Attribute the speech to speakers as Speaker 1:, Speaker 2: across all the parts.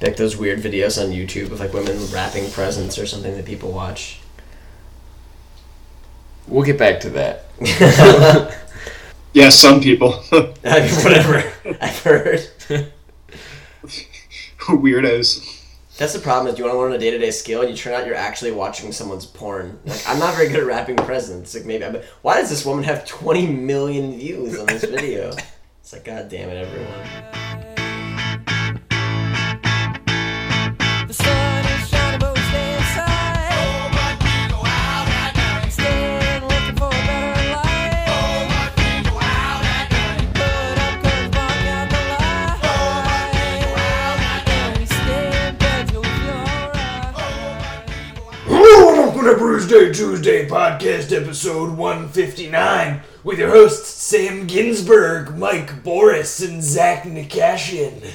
Speaker 1: like those weird videos on YouTube of like women wrapping presents or something that people watch.
Speaker 2: We'll get back to that.
Speaker 3: Yeah, some people.
Speaker 1: I mean, whatever I've heard.
Speaker 3: Weirdos.
Speaker 1: That's the problem. Is you want to learn a day to day skill, and you turn out you're actually watching someone's porn. Like I'm not very good at wrapping presents. Like maybe, but why does this woman have 20 million views on this video? It's like, god damn it, everyone.
Speaker 4: The sun is shining, but we stay inside. Oh, but we go out at night. Staying, looking for a better life. Oh, but we go out at night. Put up curtains, block out the light. Oh, but we go out at night. We stay in bed till we feel alright.
Speaker 5: Hello, welcome to Bruce Day Tuesday podcast episode 159 with your hosts Sam Ginsburg, Mike Boris, and Zach Nikashian.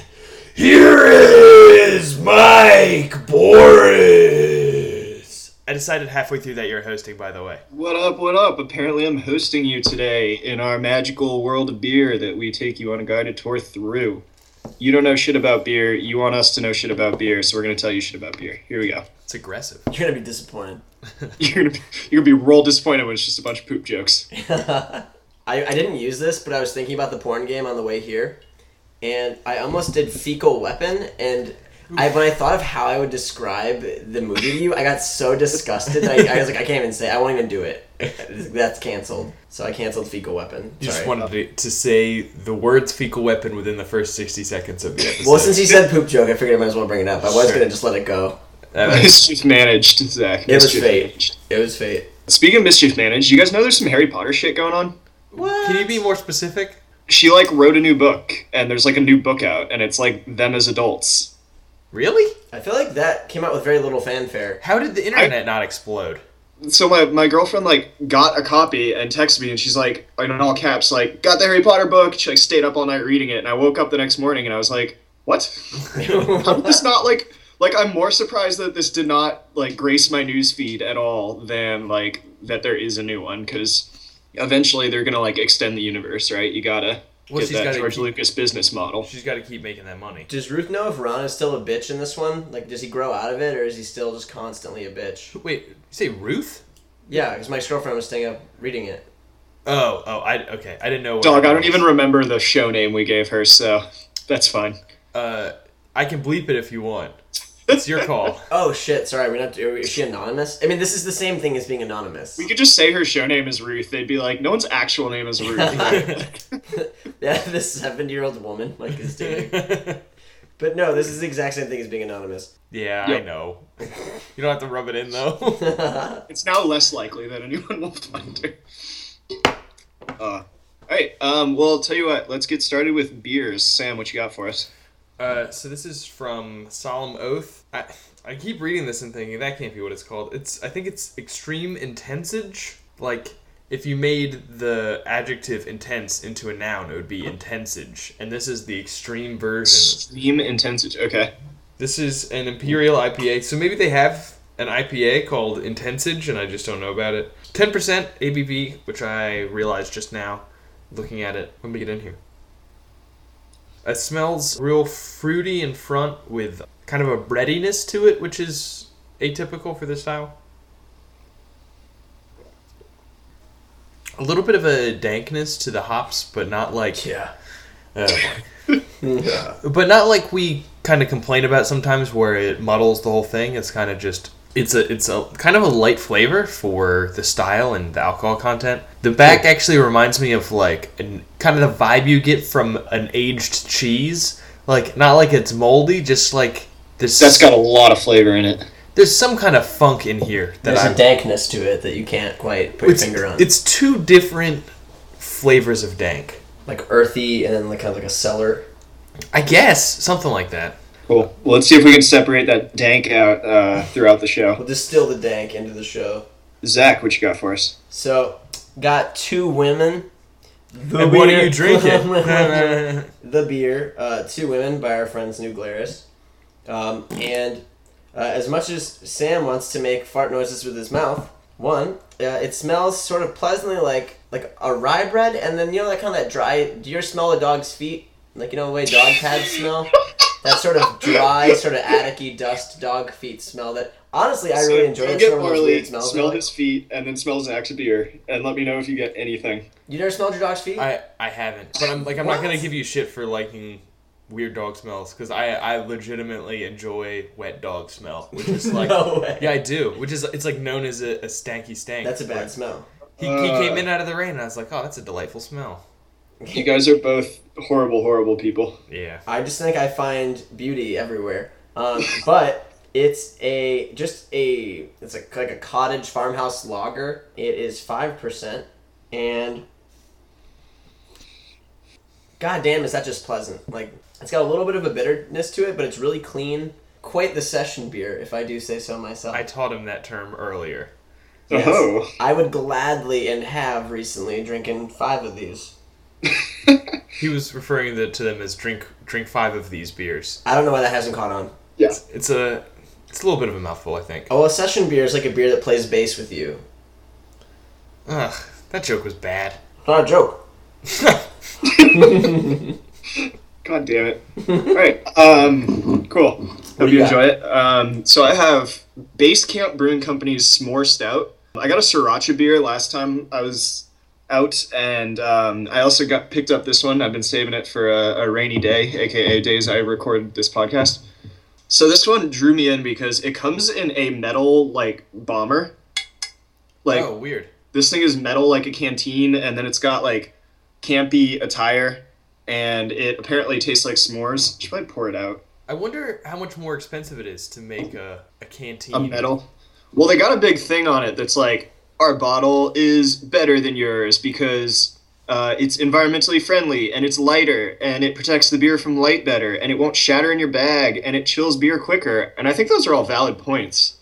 Speaker 5: Here is Mike Boris.
Speaker 6: I decided halfway through that you're hosting, by the way.
Speaker 3: What up, what up? Apparently, I'm hosting you today in our magical world of beer that we take you on a guided tour through. You don't know shit about beer. You want us to know shit about beer, so we're going to tell you shit about beer. Here we go.
Speaker 6: It's aggressive.
Speaker 1: You're gonna be disappointed.
Speaker 3: You're going to be, you're gonna be real disappointed when it's just a bunch of poop jokes.
Speaker 1: I, I didn't use this, but I was thinking about the porn game on the way here, and I almost did fecal weapon. And I, when I thought of how I would describe the movie to you, I got so disgusted. that I, I was like, I can't even say. It. I won't even do it. That's canceled. So I canceled fecal weapon.
Speaker 2: You just
Speaker 1: Sorry.
Speaker 2: wanted to, to say the words fecal weapon within the first 60 seconds of the episode.
Speaker 1: Well, since you said poop joke, I figured I might as well bring it up. I was
Speaker 2: Sure.
Speaker 1: gonna just let it go.
Speaker 2: That makes-
Speaker 3: Mischief managed, Zach.
Speaker 1: It was
Speaker 3: Mischief
Speaker 1: fate.
Speaker 3: managed.
Speaker 1: It was fate.
Speaker 3: Speaking of mischief managed, you guys know there's some Harry Potter shit going on?
Speaker 2: Can you be more specific?
Speaker 3: She, like, wrote a new book, and there's, like, a new book out, and it's, like, them as adults.
Speaker 2: Really?
Speaker 1: I feel like that came out with very little fanfare.
Speaker 2: How did the internet not explode?
Speaker 3: so my, my girlfriend like got a copy and texted me and she's like in all caps like got the harry potter book she like stayed up all night reading it and i woke up the next morning and i was like what i'm just not like like i'm more surprised that this did not like grace my news feed at all than like that there is a new one because eventually they're gonna like extend the universe right you gotta
Speaker 6: Well,
Speaker 3: get
Speaker 6: she's
Speaker 3: that
Speaker 6: gotta
Speaker 3: george
Speaker 6: keep-
Speaker 3: lucas business model
Speaker 6: She's got to keep making that money.
Speaker 1: Does Ruth know if Ron is still a bitch in this one? Like, does he grow out of it, or is he still just constantly a bitch?
Speaker 6: Wait, you say Ruth?
Speaker 1: Yeah, because my girlfriend was staying up reading it.
Speaker 6: Oh, oh, I okay. I didn't know. What
Speaker 3: dog i don't
Speaker 6: was.
Speaker 3: even remember the show name we gave her so that's fine
Speaker 6: Uh, I can bleep it if you want. It's your call.
Speaker 1: Oh shit! Sorry, we're not. Is she anonymous? I mean, this is the same thing as being anonymous.
Speaker 3: you could just say her show name is ruth they'd be like no one's actual name is ruth
Speaker 1: yeah, this seventy-year-old woman like is dating. but no, this is the exact same thing as being anonymous.
Speaker 6: yeah, I
Speaker 3: Yep.
Speaker 6: know. You don't have to rub it in though.
Speaker 3: It's now less likely that anyone will find her. Uh, all right. Um, well, I'll tell you what. Let's get started with beers. Sam, what you got for us?
Speaker 6: uh, so this is from Solemn Oath. I I keep reading this and thinking that can't be what it's called. It's I think it's extreme intensage. Like if you made the adjective intense into a noun, it would be intensage. And this is the extreme version.
Speaker 3: Extreme intensity. Okay.
Speaker 6: This is an Imperial IPA, so maybe they have an IPA called Intensage, and I just don't know about it. 10% ABV, which I realized just now looking at it. Let me get in here. It smells real fruity in front with kind of a breadiness to it, which is atypical for this style. A little bit of a dankness to the hops, but not like oh
Speaker 1: Yeah.
Speaker 6: but not like we kind of complain about sometimes where it muddles the whole thing it's kind of just it's a it's a kind of a light flavor for the style and the alcohol content the back actually reminds me of like an, kind of the vibe you get from an aged cheese like not like it's moldy just like this
Speaker 3: That's got a lot of flavor in it.
Speaker 6: there's some kind of funk in here that
Speaker 1: There's
Speaker 6: I'm,
Speaker 1: a dankness to it that you can't quite put your
Speaker 6: it's,
Speaker 1: finger on.
Speaker 6: it's two different flavors of dank
Speaker 1: like earthy and then like kind of like a cellar.
Speaker 6: i guess something like that
Speaker 3: Cool. Well, let's see if we can separate that dank out uh, throughout the show.
Speaker 1: We'll distill the dank into the show.
Speaker 3: Zach, what you got for us?
Speaker 1: So, got two women. The
Speaker 6: and what are
Speaker 1: beer-
Speaker 6: you drinking
Speaker 1: the beer, uh, Two Women by our friends New Glarus. Um, and uh, as much as Sam wants to make fart noises with his mouth, one, uh, it smells sort of pleasantly like like a rye bread, and then you know that kind of that dry. Do you smell a dog's feet? Like you know the way dog pads smell. that sort of dry, sort of atticky dust dog feet smell that honestly I really enjoy.
Speaker 3: Go
Speaker 1: It's
Speaker 3: get
Speaker 1: one of those
Speaker 3: Marley,
Speaker 1: weird smells. I
Speaker 3: smell
Speaker 1: like.
Speaker 3: his feet, and then smell his axe of beer, and let me know if you get anything.
Speaker 1: You never smelled your dog's feet?
Speaker 6: I I haven't, but I'm like I'm
Speaker 1: What?
Speaker 6: not gonna give you shit for liking weird dog smells because I I legitimately enjoy wet dog smell, which is like
Speaker 1: no way.
Speaker 6: yeah I do, which is it's like known as a, a stanky stank.
Speaker 1: That's a bad Uh.
Speaker 6: Like,
Speaker 1: smell.
Speaker 6: He, he came in out of the rain and I was like, oh, that's a delightful smell.
Speaker 3: You guys are both horrible, horrible people.
Speaker 6: Yeah.
Speaker 1: I just think I find beauty everywhere. Um, but it's a just a it's a, like a cottage farmhouse lager. It is five percent, and god damn, is that just pleasant? Like it's got a little bit of a bitterness to it, but it's really clean. Quite the session beer, if I do say so myself.
Speaker 6: I taught him that term earlier.
Speaker 1: Yes.
Speaker 3: Oh.
Speaker 1: I would gladly and have recently drinking five of these.
Speaker 6: He was referring to, to them as drink drink five of these beers.
Speaker 1: I don't know why that hasn't caught on.
Speaker 3: Yeah.
Speaker 6: It's a it's a little bit of a mouthful, I think.
Speaker 1: Oh, a session beer is like a beer that plays bass with you.
Speaker 6: Ugh, that joke was bad.
Speaker 1: Not a joke.
Speaker 3: God damn it. All right. Um, cool. Hope
Speaker 1: do
Speaker 3: you
Speaker 1: you
Speaker 3: enjoy it. Um, so I have Base Camp Brewing Company's S'more Stout. I got a sriracha beer last time I was out, and um, I also got picked up this one. I've been saving it for a, a rainy day, aka days I record this podcast. So this one drew me in because it comes in a metal like bomber. Like
Speaker 6: oh, weird.
Speaker 3: this thing is metal like a canteen and then it's got like campy attire and it apparently tastes like s'mores should probably pour it out
Speaker 6: I wonder how much more expensive it is to make a, a canteen.
Speaker 3: a
Speaker 1: Mm.
Speaker 3: metal well they got a big thing on it that's like our bottle is better than yours because uh, it's environmentally friendly and it's lighter and it protects the beer from light better and it won't shatter in your bag and it chills beer quicker and i think those are all valid points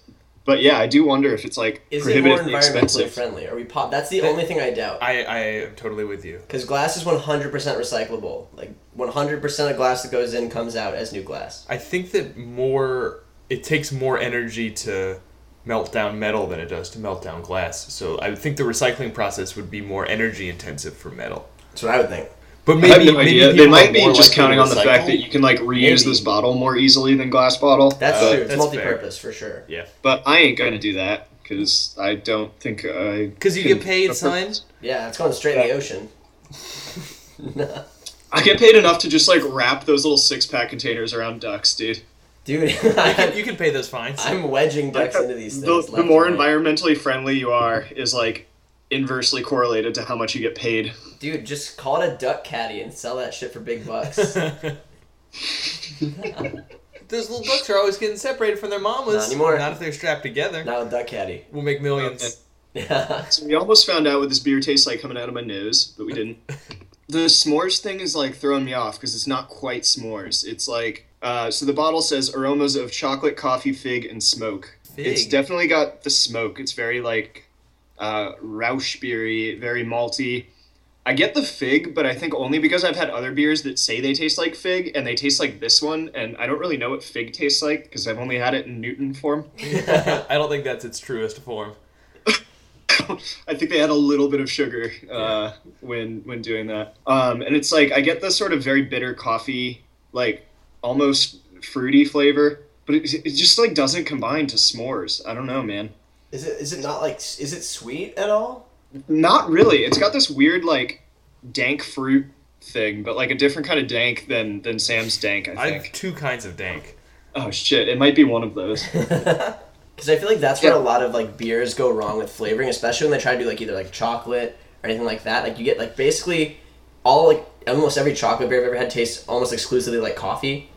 Speaker 3: but yeah i do wonder if it's like
Speaker 1: Is it more
Speaker 3: prohibitively
Speaker 1: environmentally
Speaker 3: expensive
Speaker 1: friendly? Are we pop? That's the only thing I doubt.
Speaker 6: I, I am totally with you.
Speaker 1: Because glass is 100% recyclable. Like 100% of glass that goes in comes out as new glass.
Speaker 6: I think that more it takes more energy to melt down metal than it does to melt down glass. So I would think the recycling process would be more energy intensive for metal.
Speaker 1: That's what I would think.
Speaker 6: But
Speaker 3: I
Speaker 6: maybe
Speaker 3: have no
Speaker 6: maybe
Speaker 3: idea. They
Speaker 6: people are
Speaker 3: might be
Speaker 6: more
Speaker 3: just
Speaker 6: likely
Speaker 3: counting
Speaker 6: to
Speaker 3: on the fact
Speaker 6: recycle.
Speaker 3: that you can like reuse
Speaker 6: Maybe.
Speaker 3: this bottle more easily than glass bottle.
Speaker 1: That's
Speaker 6: Uh,
Speaker 1: true. It's
Speaker 6: that's
Speaker 1: multi-purpose for sure.
Speaker 6: yeah,
Speaker 3: But I ain't gonna do that because I don't think I.
Speaker 6: because you
Speaker 3: can-
Speaker 6: get paid, son.
Speaker 1: Yeah, it's going straight in
Speaker 3: Uh,
Speaker 1: the ocean.
Speaker 3: I get paid enough to just like wrap those little six pack containers around ducks, dude.
Speaker 1: Dude,
Speaker 6: You can, you
Speaker 1: I'm,
Speaker 6: can pay those fines.
Speaker 1: I'm wedging ducks into these
Speaker 3: The-
Speaker 1: things.
Speaker 3: the,
Speaker 1: left
Speaker 3: more
Speaker 1: and right.
Speaker 3: environmentally friendly you are, is like inversely correlated to how much you get paid.
Speaker 1: Dude, just call it a duck caddy and sell that shit for big bucks. Not
Speaker 6: those little ducks are always getting separated from their mamas.
Speaker 1: Not anymore.
Speaker 6: Not if they're strapped together.
Speaker 1: a duck caddy.
Speaker 6: We'll make millions.
Speaker 3: So we almost found out what this beer tastes like coming out of my nose, but we didn't. the s'mores thing is like throwing me off because it's not quite s'mores. It's like uh, so the bottle says aromas of chocolate, coffee, fig, and smoke. It's
Speaker 6: Fig.
Speaker 3: definitely got the smoke. It's very like uh, Rausch beery, very malty. I get the fig, but I think only because I've had other beers that say they taste like fig and they taste like this one, and I don't really know what fig tastes like because I've only had it in Newton form.
Speaker 6: I don't think that's its truest form.
Speaker 3: I think they add a little bit of sugar uh, when when doing that. Um, and it's like I get this sort of very bitter coffee, like almost fruity flavor, but it, it just like doesn't combine to s'mores. I don't know, man.
Speaker 1: Is it is it not like is it sweet at all?
Speaker 3: Not really. It's got this weird like dank fruit thing, but like a different kind of dank than than Sam's dank. I
Speaker 6: I
Speaker 3: think.
Speaker 6: have two kinds of dank.
Speaker 3: Oh shit! It might be one of those.
Speaker 1: Because I feel like that's where
Speaker 3: Yeah.
Speaker 1: a lot of like beers go wrong with flavoring, especially when they try to do like either like chocolate or anything like that. Like you get like basically all like almost every chocolate beer I've ever had tastes almost exclusively like coffee.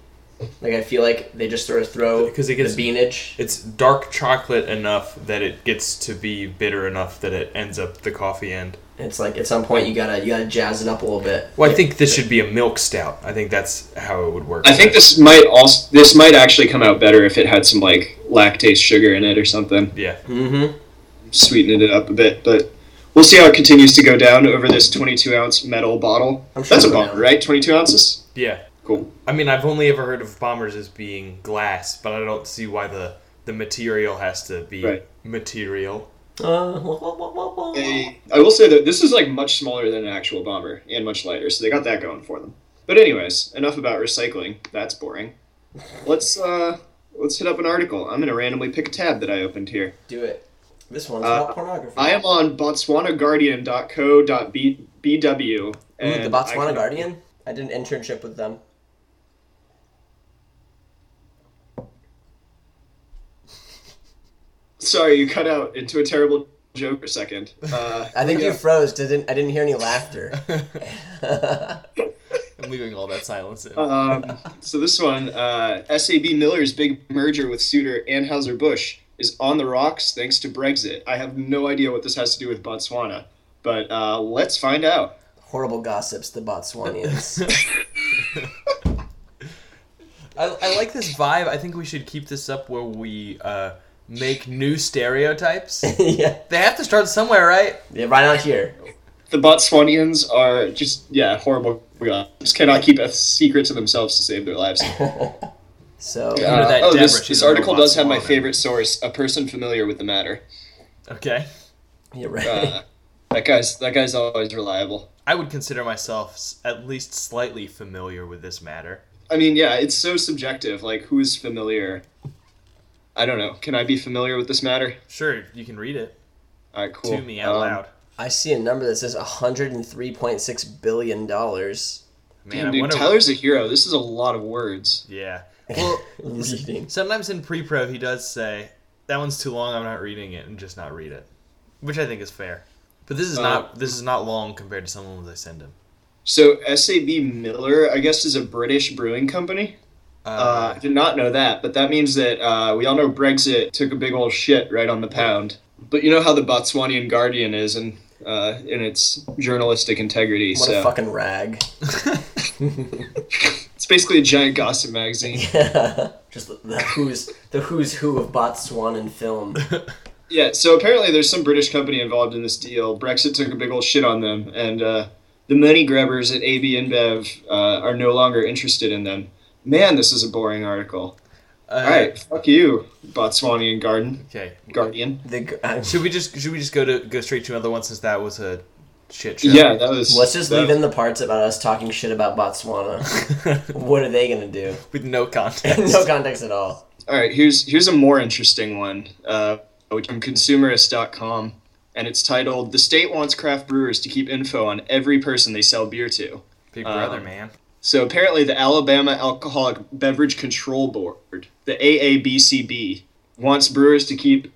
Speaker 1: Like I feel like they just sort of throw
Speaker 6: 'Cause it gets-
Speaker 1: the beanage.
Speaker 6: It's dark chocolate enough that it gets to be bitter enough that it ends up the coffee end.
Speaker 1: It's like at some point you gotta you gotta jazz it up a little bit.
Speaker 6: Well, I think this should be a milk stout. I think that's how it would work.
Speaker 3: I think this might also this might actually come out better if it had some like lactase sugar in it or something.
Speaker 6: Yeah.
Speaker 3: sweetened it up a bit, but we'll see how it continues to go down over this 22 ounce metal bottle.
Speaker 1: I'm sure
Speaker 3: That's a
Speaker 1: it'll go
Speaker 3: bomber,
Speaker 1: down.
Speaker 3: right? 22 ounces?
Speaker 6: Yeah.
Speaker 3: Cool.
Speaker 6: I mean, I've only ever heard of bombers as being glass, but I don't see why the the material has to be
Speaker 3: Right.
Speaker 6: material.
Speaker 1: Uh, wah, wah, wah, wah, wah.
Speaker 3: They- I will say that this is like much smaller than an actual bomber and much lighter, so they got that going for them. But anyways, enough about recycling. That's boring. Let's uh, let's hit up an article. I'm gonna randomly pick a tab that I opened here.
Speaker 1: Do it. This one's
Speaker 3: Uh,
Speaker 1: about pornography.
Speaker 3: I am on BotswanaGuardian.co.bw.
Speaker 1: Ooh,
Speaker 3: And
Speaker 1: the Botswana
Speaker 3: I-
Speaker 1: Guardian. I did an internship with them.
Speaker 3: Sorry, you cut out into a terrible joke for a second. Uh,
Speaker 1: I think
Speaker 3: yeah.
Speaker 1: you froze. Didn't I? Didn't hear any laughter.
Speaker 6: I'm leaving all that silence in.
Speaker 3: Um, so this one, uh, SAB Miller's big merger with suitor Anheuser Busch is on the rocks thanks to Brexit. I have no idea what this has to do with Botswana, but uh, let's find out.
Speaker 1: Horrible gossips. The Botswanians.
Speaker 6: I, I like this vibe. I think we should keep this up where we uh, make new stereotypes.
Speaker 1: yeah.
Speaker 6: they have to start somewhere, right?
Speaker 1: yeah. Right out here.
Speaker 3: The Botswanians are just yeah horrible. guys. Just cannot keep a secret to themselves to save their lives.
Speaker 1: So
Speaker 6: Under
Speaker 3: Uh,
Speaker 6: that
Speaker 3: oh,
Speaker 6: Deborah,
Speaker 3: this,
Speaker 6: she's
Speaker 3: this
Speaker 6: a real
Speaker 3: article does have my
Speaker 6: Botswana.
Speaker 3: favorite source, a person familiar with the matter.
Speaker 6: Okay.
Speaker 1: yeah. Right.
Speaker 3: Uh, that guy's that guy's always reliable.
Speaker 6: I would consider myself s- at least slightly familiar with this matter.
Speaker 3: I mean, yeah, it's so subjective. Like, who is familiar? I don't know. Can I be familiar with this matter?
Speaker 6: Sure, you can read it
Speaker 3: All right, cool.
Speaker 6: to me out
Speaker 3: Um,
Speaker 6: loud.
Speaker 1: I see a number that says 103.6 billion dollars.
Speaker 6: Man,
Speaker 3: Damn,
Speaker 6: I
Speaker 3: dude,
Speaker 6: wonder.
Speaker 3: Tyler's a hero. This is a lot of words.
Speaker 6: yeah. Well,
Speaker 1: Reading.
Speaker 6: sometimes in pre-pro he does say that one's too long. I'm not reading it, and just not read it, which I think is fair. But this is
Speaker 3: Uh,
Speaker 6: not this is not long compared to some of the ones I send him.
Speaker 3: So SAB Miller, I guess, is a British brewing company.
Speaker 6: Uh,
Speaker 3: Uh, I did not know that, but that means that uh, we all know Brexit took a big old shit right on the pound. But you know how the Botswanian Guardian is, and uh, in its journalistic integrity.
Speaker 1: What
Speaker 3: so
Speaker 1: a fucking rag.
Speaker 3: it's basically a giant gossip magazine.
Speaker 1: Just the, the who's the who's who of Botswana and film.
Speaker 3: Yeah, so apparently there's some British company involved in this deal. Brexit took a big old shit on them, and uh, the money grabbers at AB InBev uh, are no longer interested in them. Man, this is a boring article.
Speaker 6: uh,
Speaker 3: All right, fuck you, Botswanian Garden
Speaker 6: Okay.
Speaker 3: Guardian.
Speaker 1: The g- I'm-
Speaker 6: Should we just should we just go to go straight to another one since that was a shit show?
Speaker 3: Yeah, that was.
Speaker 1: let's just
Speaker 3: that-
Speaker 1: leave in the parts about us talking shit about Botswana. what are they gonna do?
Speaker 6: with no context.
Speaker 1: no context at all.
Speaker 3: All right, here's here's a more interesting one, uh, which from consumerist.com, and it's titled "The State Wants Craft Brewers to Keep Info on Every Person They Sell Beer to."
Speaker 6: Big Brother,
Speaker 3: Um,
Speaker 6: man.
Speaker 3: So apparently, the Alabama Alcoholic Beverage Control Board, the AABCB, wants brewers to keep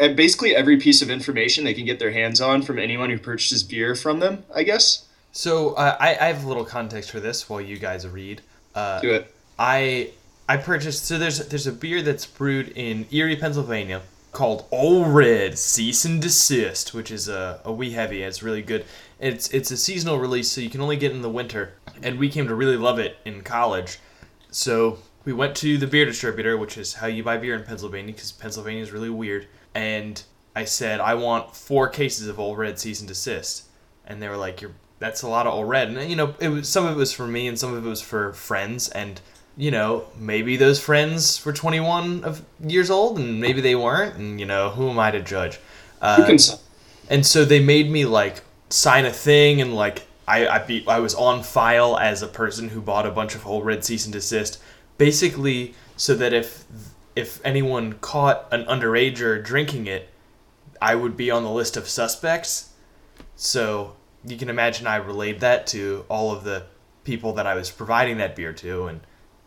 Speaker 3: uh, basically every piece of information they can get their hands on from anyone who purchases beer from them. I guess.
Speaker 6: So uh, I I have a little context for this while you guys read. Uh,
Speaker 3: Do it.
Speaker 6: I I purchased so there's there's a beer that's brewed in Erie, Pennsylvania called Old Red Cease and Desist, which is a, a wee heavy. It's really good. It's it's a seasonal release, so you can only get it in the winter. And we came to really love it in college. So we went to the beer distributor, which is how you buy beer in Pennsylvania, because Pennsylvania is really weird. And I said, I want four cases of Old Red Cease and Desist and they were like, "You're that's a lot of old red." And you know, it was some of it was for me, and some of it was for friends, and you know, maybe those friends were 21 of years old, and maybe they weren't, and you know, who am I to judge?
Speaker 3: You
Speaker 6: Uh,
Speaker 3: can s-
Speaker 6: and so they made me like sign a thing and like I I, be, I was on file as a person who bought a bunch of whole red cease and desist basically so that if if anyone caught an underager drinking it I would be on the list of suspects so you can imagine I relayed that to all of the people that I was providing that beer to and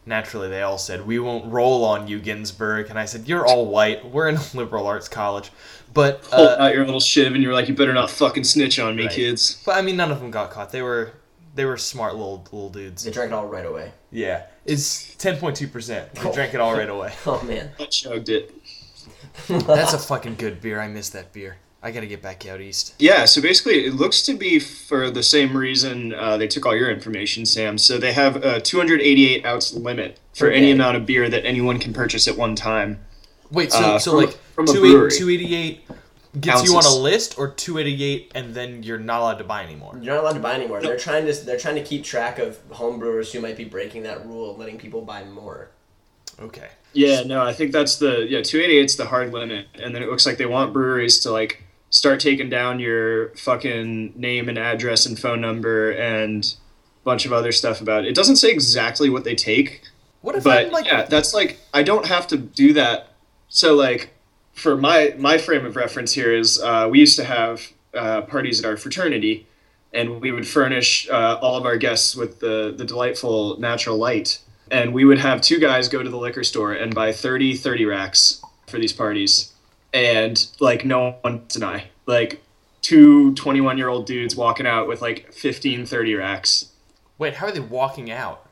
Speaker 6: naturally they all said we won't roll on you Ginsburg and I said you're all white we're in a liberal arts college but
Speaker 3: pull
Speaker 6: uh,
Speaker 3: out your little shiv, and you're like, "You better not fucking snitch on me,
Speaker 6: Right.
Speaker 3: kids."
Speaker 6: But I mean, none of them got caught. They were they were smart little little dudes.
Speaker 1: They drank it all right away.
Speaker 6: Yeah, it's ten point two percent. They drank it all right away.
Speaker 1: Oh man.
Speaker 3: I chugged it.
Speaker 6: That's a fucking good beer. I miss that beer. I gotta get back out east.
Speaker 3: Yeah, so basically, it looks to be for the same reason uh, they took all your information, Sam. So they have a 288 ounce limit for any
Speaker 1: Okay.
Speaker 3: amount of beer that anyone can purchase at one time.
Speaker 6: Wait, so
Speaker 3: Uh,
Speaker 6: so
Speaker 3: from a-
Speaker 6: like
Speaker 3: from a brewery.
Speaker 6: 288 gets you on a
Speaker 3: Ounces.
Speaker 6: list, or two eighty eight, and then you're not allowed to buy anymore.
Speaker 1: You're not allowed to buy anymore. They're trying to they're trying to keep track of homebrewers who might be breaking that rule and letting people buy more.
Speaker 6: Okay.
Speaker 3: Yeah, no, I think that's the yeah 288's the hard limit, and then it looks like they want breweries to like start taking down your fucking name and address and phone number and a bunch of other stuff about it. It doesn't say exactly what they take.
Speaker 7: What if
Speaker 3: but
Speaker 7: I'm like
Speaker 3: yeah, that's like I don't have to do that. So like for my my frame of reference here is uh, we used to have uh, parties at our fraternity, and we would furnish uh, all of our guests with the the delightful natural light, and we would have two guys go to the liquor store and buy 30 30 racks for these parties, and like no one and I like two 21 year old dudes walking out with like 15 30 racks
Speaker 7: wait? How are they walking out?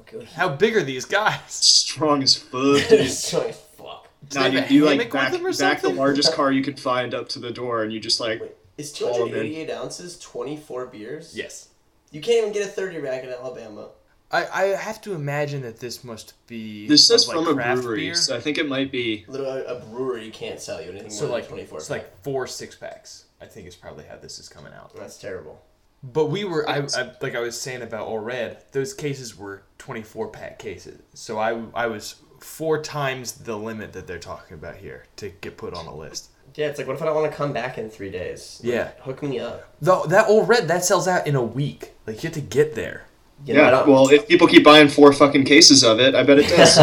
Speaker 1: Okay.
Speaker 7: How big are these guys?
Speaker 3: strong as fuck dude.
Speaker 1: so as fuck.
Speaker 3: No,
Speaker 7: they
Speaker 3: you,
Speaker 7: have a
Speaker 3: you
Speaker 7: hammock
Speaker 3: like
Speaker 7: with
Speaker 3: back,
Speaker 7: them or
Speaker 3: back the
Speaker 7: something?
Speaker 3: largest car you could find up to the door, and you just like
Speaker 1: Is
Speaker 3: All of them.
Speaker 1: 288 ounces 24 beers?
Speaker 7: Yes.
Speaker 1: You can't even get a 30 rack in Alabama.
Speaker 7: I, I have to imagine that this must be
Speaker 3: this says
Speaker 7: of, like,
Speaker 3: from a
Speaker 7: craft
Speaker 3: brewery,
Speaker 7: beer.
Speaker 3: so I think it might be.
Speaker 1: Literally, a brewery can't sell you anything
Speaker 7: So
Speaker 1: more
Speaker 7: like
Speaker 1: than 24.
Speaker 7: it's like four six packs. I think is probably how this is coming out.
Speaker 1: That's terrible.
Speaker 7: But we were I, I like I was saying about All Red. Those cases were twenty four pack cases. So I I was four times the limit that they're talking about here to get put on a list.
Speaker 1: Yeah, it's like, what if I don't want to come back in three days? Like,
Speaker 7: Yeah.
Speaker 1: Hook me up.
Speaker 7: Though that All Red that sells out in a week. Like you have to get there.
Speaker 1: You know, I
Speaker 3: Yeah,
Speaker 1: don't-
Speaker 3: well, if people keep buying four fucking cases of it, I bet it does.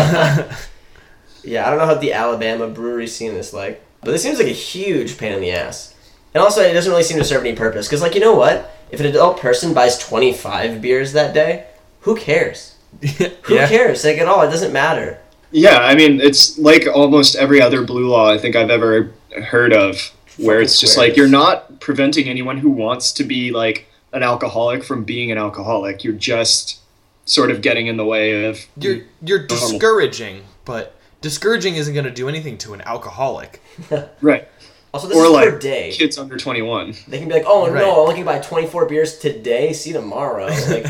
Speaker 1: Yeah, I don't know how the Alabama brewery scene is like, but this seems like a huge pain in the ass. And also, it doesn't really seem to serve any purpose. Because, like, you know what? If an adult person buys 25 beers that day, who cares? Who
Speaker 7: yeah.
Speaker 1: cares? Like, at all, it doesn't matter.
Speaker 3: yeah, I mean, it's like almost every other blue law I think I've ever heard of, where it's just
Speaker 1: squares.
Speaker 3: like you're not preventing anyone who wants to be like an alcoholic from being an alcoholic. You're just sort of getting in the way of
Speaker 7: You're
Speaker 1: Mm-hmm.
Speaker 7: you're
Speaker 3: Normal.
Speaker 7: discouraging, but discouraging isn't going to do anything to an alcoholic.
Speaker 3: right
Speaker 1: Also, this
Speaker 3: or
Speaker 1: is
Speaker 3: like
Speaker 1: per day.
Speaker 3: kids under twenty one.
Speaker 1: They can be like, oh,
Speaker 7: Right.
Speaker 1: no, I'm looking to buy 24 beers today. See you tomorrow. Like,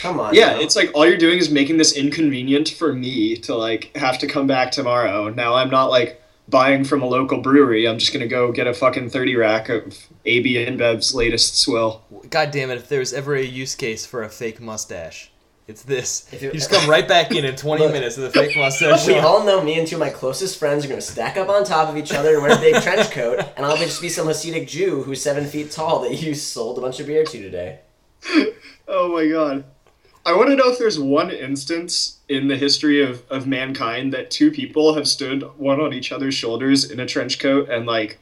Speaker 1: come on.
Speaker 3: Yeah,
Speaker 1: now.
Speaker 3: it's like all you're doing is making this inconvenient for me to like have to come back tomorrow. Now I'm not like buying from a local brewery. I'm just gonna go get a fucking thirty rack of AB InBev's latest swill.
Speaker 7: God damn it! If there was ever a use case for a fake mustache, it's this.
Speaker 1: If
Speaker 7: you
Speaker 1: it-
Speaker 7: just come right back in in 20 minutes with a fake mustache.
Speaker 1: We
Speaker 7: on.
Speaker 1: all know me and two of my closest friends are going to stack up on top of each other and wear a big trench coat, and I'll just be some Hasidic Jew who's seven feet tall that you sold a bunch of beer to today.
Speaker 3: Oh my god. I want to know if there's one instance in the history of, of mankind that two people have stood one on each other's shoulders in a trench coat and like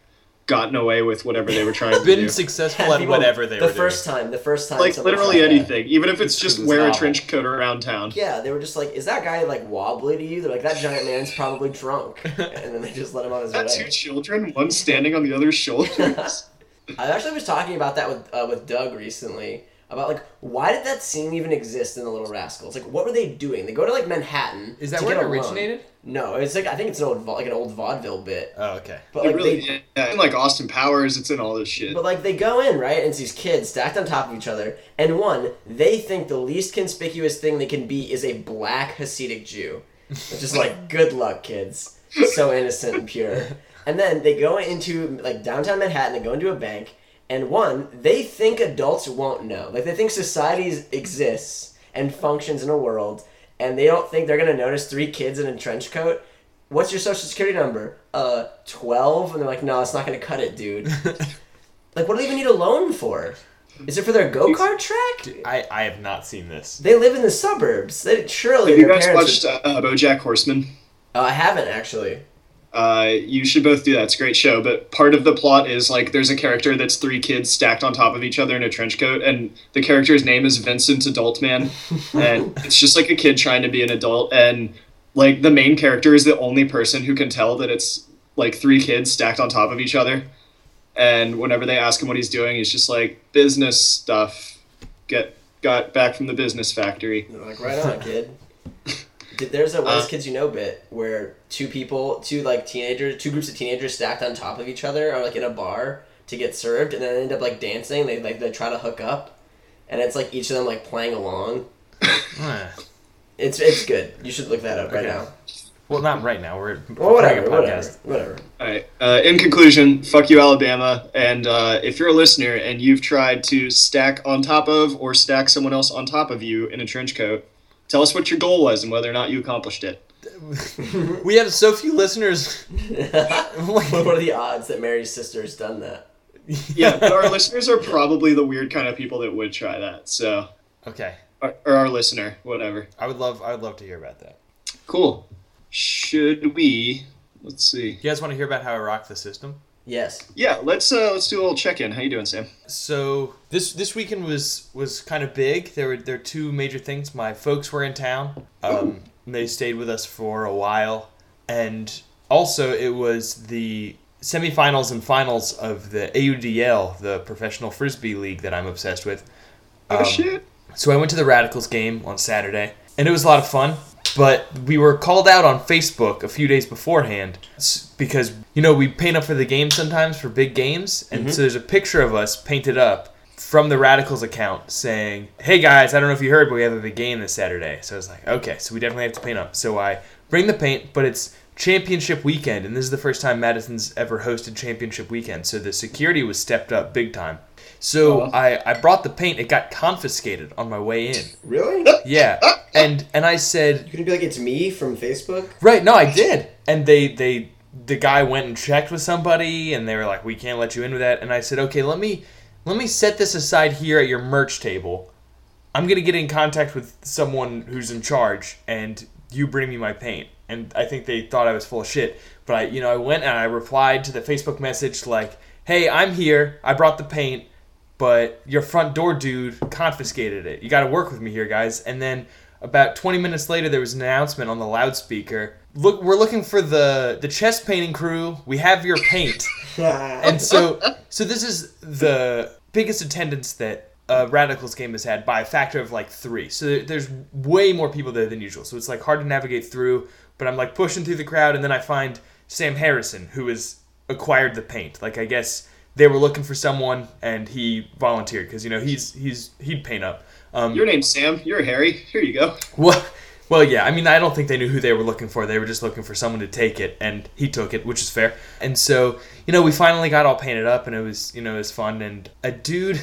Speaker 3: gotten away with whatever they were trying to
Speaker 7: been
Speaker 3: do.
Speaker 7: successful
Speaker 1: Yeah,
Speaker 7: at
Speaker 1: people-
Speaker 7: whatever they
Speaker 1: the
Speaker 7: were
Speaker 1: first time the first time
Speaker 3: Like
Speaker 1: someone
Speaker 3: literally
Speaker 1: tried that.
Speaker 3: anything, even if it's just
Speaker 7: it's
Speaker 3: wear a
Speaker 7: novel.
Speaker 3: trench coat around town.
Speaker 1: yeah they were just like is that guy like wobbly to you they're like that giant man's probably drunk and then they just let him on his
Speaker 3: Got two
Speaker 1: way
Speaker 3: children, one standing on the other's shoulders.
Speaker 1: i actually was talking about that with uh, with doug recently about like why did that scene even exist in the little rascals like what were they doing they go to like manhattan
Speaker 7: Is that
Speaker 1: to
Speaker 7: where
Speaker 1: get
Speaker 7: it
Speaker 1: a loan.
Speaker 7: originated?
Speaker 1: no it's like i think it's an old va- like an old vaudeville bit
Speaker 7: Oh, okay.
Speaker 1: but
Speaker 3: It
Speaker 1: like
Speaker 3: really,
Speaker 1: they,
Speaker 3: yeah, it's in like Austin Powers, it's in all this shit.
Speaker 1: But like they go in right, and it's these kids stacked on top of each other, and one they think the least conspicuous thing they can be is a black Hasidic Jew, which is like good luck, kids, so innocent and pure. And then they go into like downtown Manhattan, they go into a bank, and one they think adults won't know, like they think society exists and functions in a world, and they don't think they're gonna notice three kids in a trench coat. What's your social security number? Uh, twelve, and they're like, no, it's not gonna cut it, dude. Like, what do they even need a loan for? Is it for their go kart track?
Speaker 7: I, I have not seen this.
Speaker 1: They live in the suburbs. They surely
Speaker 3: Have you
Speaker 1: their
Speaker 3: guys
Speaker 1: parents.
Speaker 3: watched uh, uh, BoJack Horseman?
Speaker 1: Oh, I haven't actually.
Speaker 3: Uh, you should both do that. It's a great show. But part of the plot is like there's a character that's three kids stacked on top of each other in a trench coat, and the character's name is Vincent Adult Man, and it's just like a kid trying to be an adult, and like the main character is the only person who can tell that it's like three kids stacked on top of each other, and whenever they ask him what he's doing, he's just like business stuff. Get got back from the business factory.
Speaker 1: They're like, right on, Uh, kid. Did- There's a Wise Kids You Know bit where two people, two like teenagers, two groups of teenagers stacked on top of each other are like in a bar to get served, and then end up like dancing. They like they try to hook up, and it's like each of them like playing along.
Speaker 7: Huh.
Speaker 1: It's it's good. You should look that up right
Speaker 7: Okay.
Speaker 1: now.
Speaker 7: Well, not right now. We're we're
Speaker 1: Well, whatever,
Speaker 7: recording a
Speaker 1: whatever, whatever.
Speaker 3: Alright, uh, in conclusion, fuck you, Alabama. And uh, if you're a listener and you've tried to stack on top of or stack someone else on top of you in a trench coat, tell us what your goal was and whether or not you accomplished it.
Speaker 7: podcast. We have so few listeners.
Speaker 1: What are the odds that Mary's sister has done that?
Speaker 3: Yeah, but our listeners are probably the weird kind of people that would try that. So,
Speaker 7: okay,
Speaker 3: or, or our listener, whatever.
Speaker 7: I would love I would love to hear about that.
Speaker 3: Cool. Should we? Let's see.
Speaker 6: You guys want to hear about how I rock the system?
Speaker 1: Yes.
Speaker 3: Yeah, let's uh, let's do a little check-in. How you doing, Sam?
Speaker 6: So this this weekend was was kind of big. There were there were two major things. My folks were in town. Um, and they stayed with us for a while, and also it was the semifinals and finals of the AUDL, the Professional Frisbee League that I'm obsessed with. Um,
Speaker 3: oh shit.
Speaker 6: So I went to the Radicals game on Saturday, and it was a lot of fun. But we were called out on Facebook a few days beforehand s- because you know we paint up for the game sometimes for big games, and so there's a picture of us painted up from the Radicals account saying, "Hey guys, I don't know if you heard, but we have a big game this Saturday." So I was like, "Okay, so we definitely have to paint up." So I bring the paint, but it's championship weekend, and this is the first time Madison's ever hosted championship weekend, so the security was stepped up big time. So I, I brought the paint. It got confiscated on my way in.
Speaker 1: Really?
Speaker 6: Yeah, and and I said,
Speaker 1: Could it be like it's me from Facebook?
Speaker 6: right, no, I did. And they they the guy went and checked with somebody, and they were like, we can't let you in with that. And I said, okay, let me let me set this aside here at your merch table. I'm gonna get in contact with someone who's in charge, and you bring me my paint. And I think they thought I was full of shit, but I you know I went and I replied to the Facebook message like, hey, I'm here. I brought the paint but your front door dude confiscated it. You got to work with me here, guys. And then about 20 minutes later, there was an announcement on the loudspeaker. Look, we're looking for the the chest painting crew. We have your paint. and so, so this is the biggest attendance that uh, Radicals game has had by a factor of like three. So there, there's way more people there than usual. So it's like hard to navigate through. But I'm like pushing through the crowd, and then I find Sam Harrison, who has acquired the paint. Like I guess they were looking for someone, and he volunteered because you know he's he's he'd paint up. Um,
Speaker 3: Your name's Sam. You're Harry. Here you go.
Speaker 6: well, well, yeah. I mean, I don't think they knew who they were looking for. They were just looking for someone to take it, and he took it, which is fair. And so, you know, we finally got all painted up, and it was, you know, it was fun. And a dude,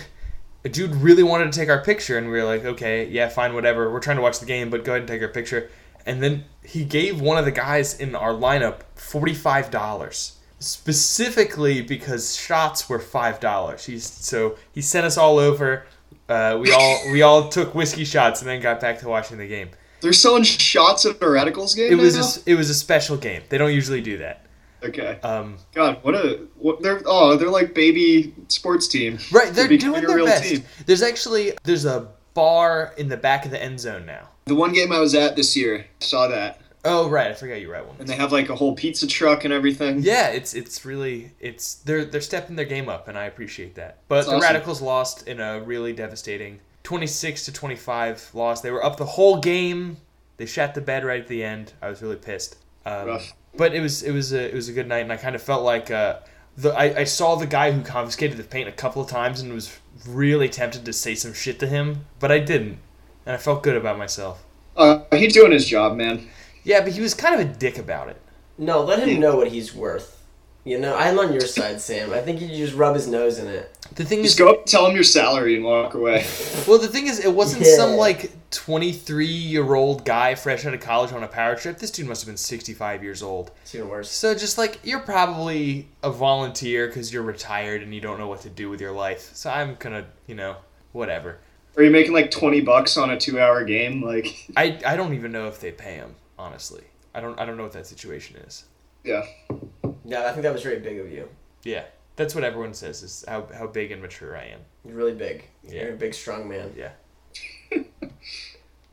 Speaker 6: a dude really wanted to take our picture, and we were like, okay, yeah, fine, whatever. We're trying to watch the game, but go ahead and take our picture. And then he gave one of the guys in our lineup forty-five dollars. Specifically because shots were five dollars. He's so he sent us all over. Uh, we all we all took whiskey shots and then got back to watching the game.
Speaker 3: They're selling shots at a Radicals game.
Speaker 6: It was a,
Speaker 3: now?
Speaker 6: s- it was a special game. They don't usually do that.
Speaker 3: okay.
Speaker 6: Um,
Speaker 3: God, what a what they're oh they're like baby sports team.
Speaker 6: right, they're
Speaker 3: They're
Speaker 6: doing
Speaker 3: becoming a
Speaker 6: their
Speaker 3: real
Speaker 6: best.
Speaker 3: team.
Speaker 6: There's actually there's a bar in the back of the end zone now.
Speaker 3: The one game I was at this year, saw that,
Speaker 6: Oh right, I forgot you right one.
Speaker 3: and they have like a whole pizza truck and everything.
Speaker 6: Yeah, it's it's really it's they're they're stepping their game up, and I appreciate that. But the
Speaker 3: awesome.
Speaker 6: Radicals lost in a really devastating 26 to 25 loss. They were up the whole game. They shat the bed right at the end. I was really pissed. Um,
Speaker 3: Rough.
Speaker 6: but it was it was a it was a good night, and I kind of felt like uh, the I, I saw the guy who confiscated the paint a couple of times, and was really tempted to say some shit to him, but I didn't, and I felt good about myself.
Speaker 3: Uh, he's doing his job, man.
Speaker 6: Yeah, but he was kind of a dick about it.
Speaker 1: No, let him know what he's worth. You know, I'm on your side, Sam. I think you just rub his nose in it.
Speaker 6: The thing is,
Speaker 3: Just go up, and tell him your salary, and walk away.
Speaker 6: Well, the thing is, it wasn't
Speaker 1: Yeah.
Speaker 6: some like 23 year old guy fresh out of college on a power trip. This dude must have been 65 years old.
Speaker 1: It's even worse.
Speaker 6: So, just like, you're probably a volunteer because you're retired and you don't know what to do with your life. So, I'm gonna, you know, whatever.
Speaker 3: Are you making like twenty bucks on a two-hour game? Like,
Speaker 6: I, I don't even know if they pay him, honestly. I don't, I don't know what that situation is.
Speaker 3: yeah.
Speaker 1: No, I think that was very big of you.
Speaker 6: Yeah, that's what everyone says is how, how big and mature I am.
Speaker 1: You're really big.
Speaker 6: Yeah.
Speaker 1: You're a big, strong man.
Speaker 6: Yeah.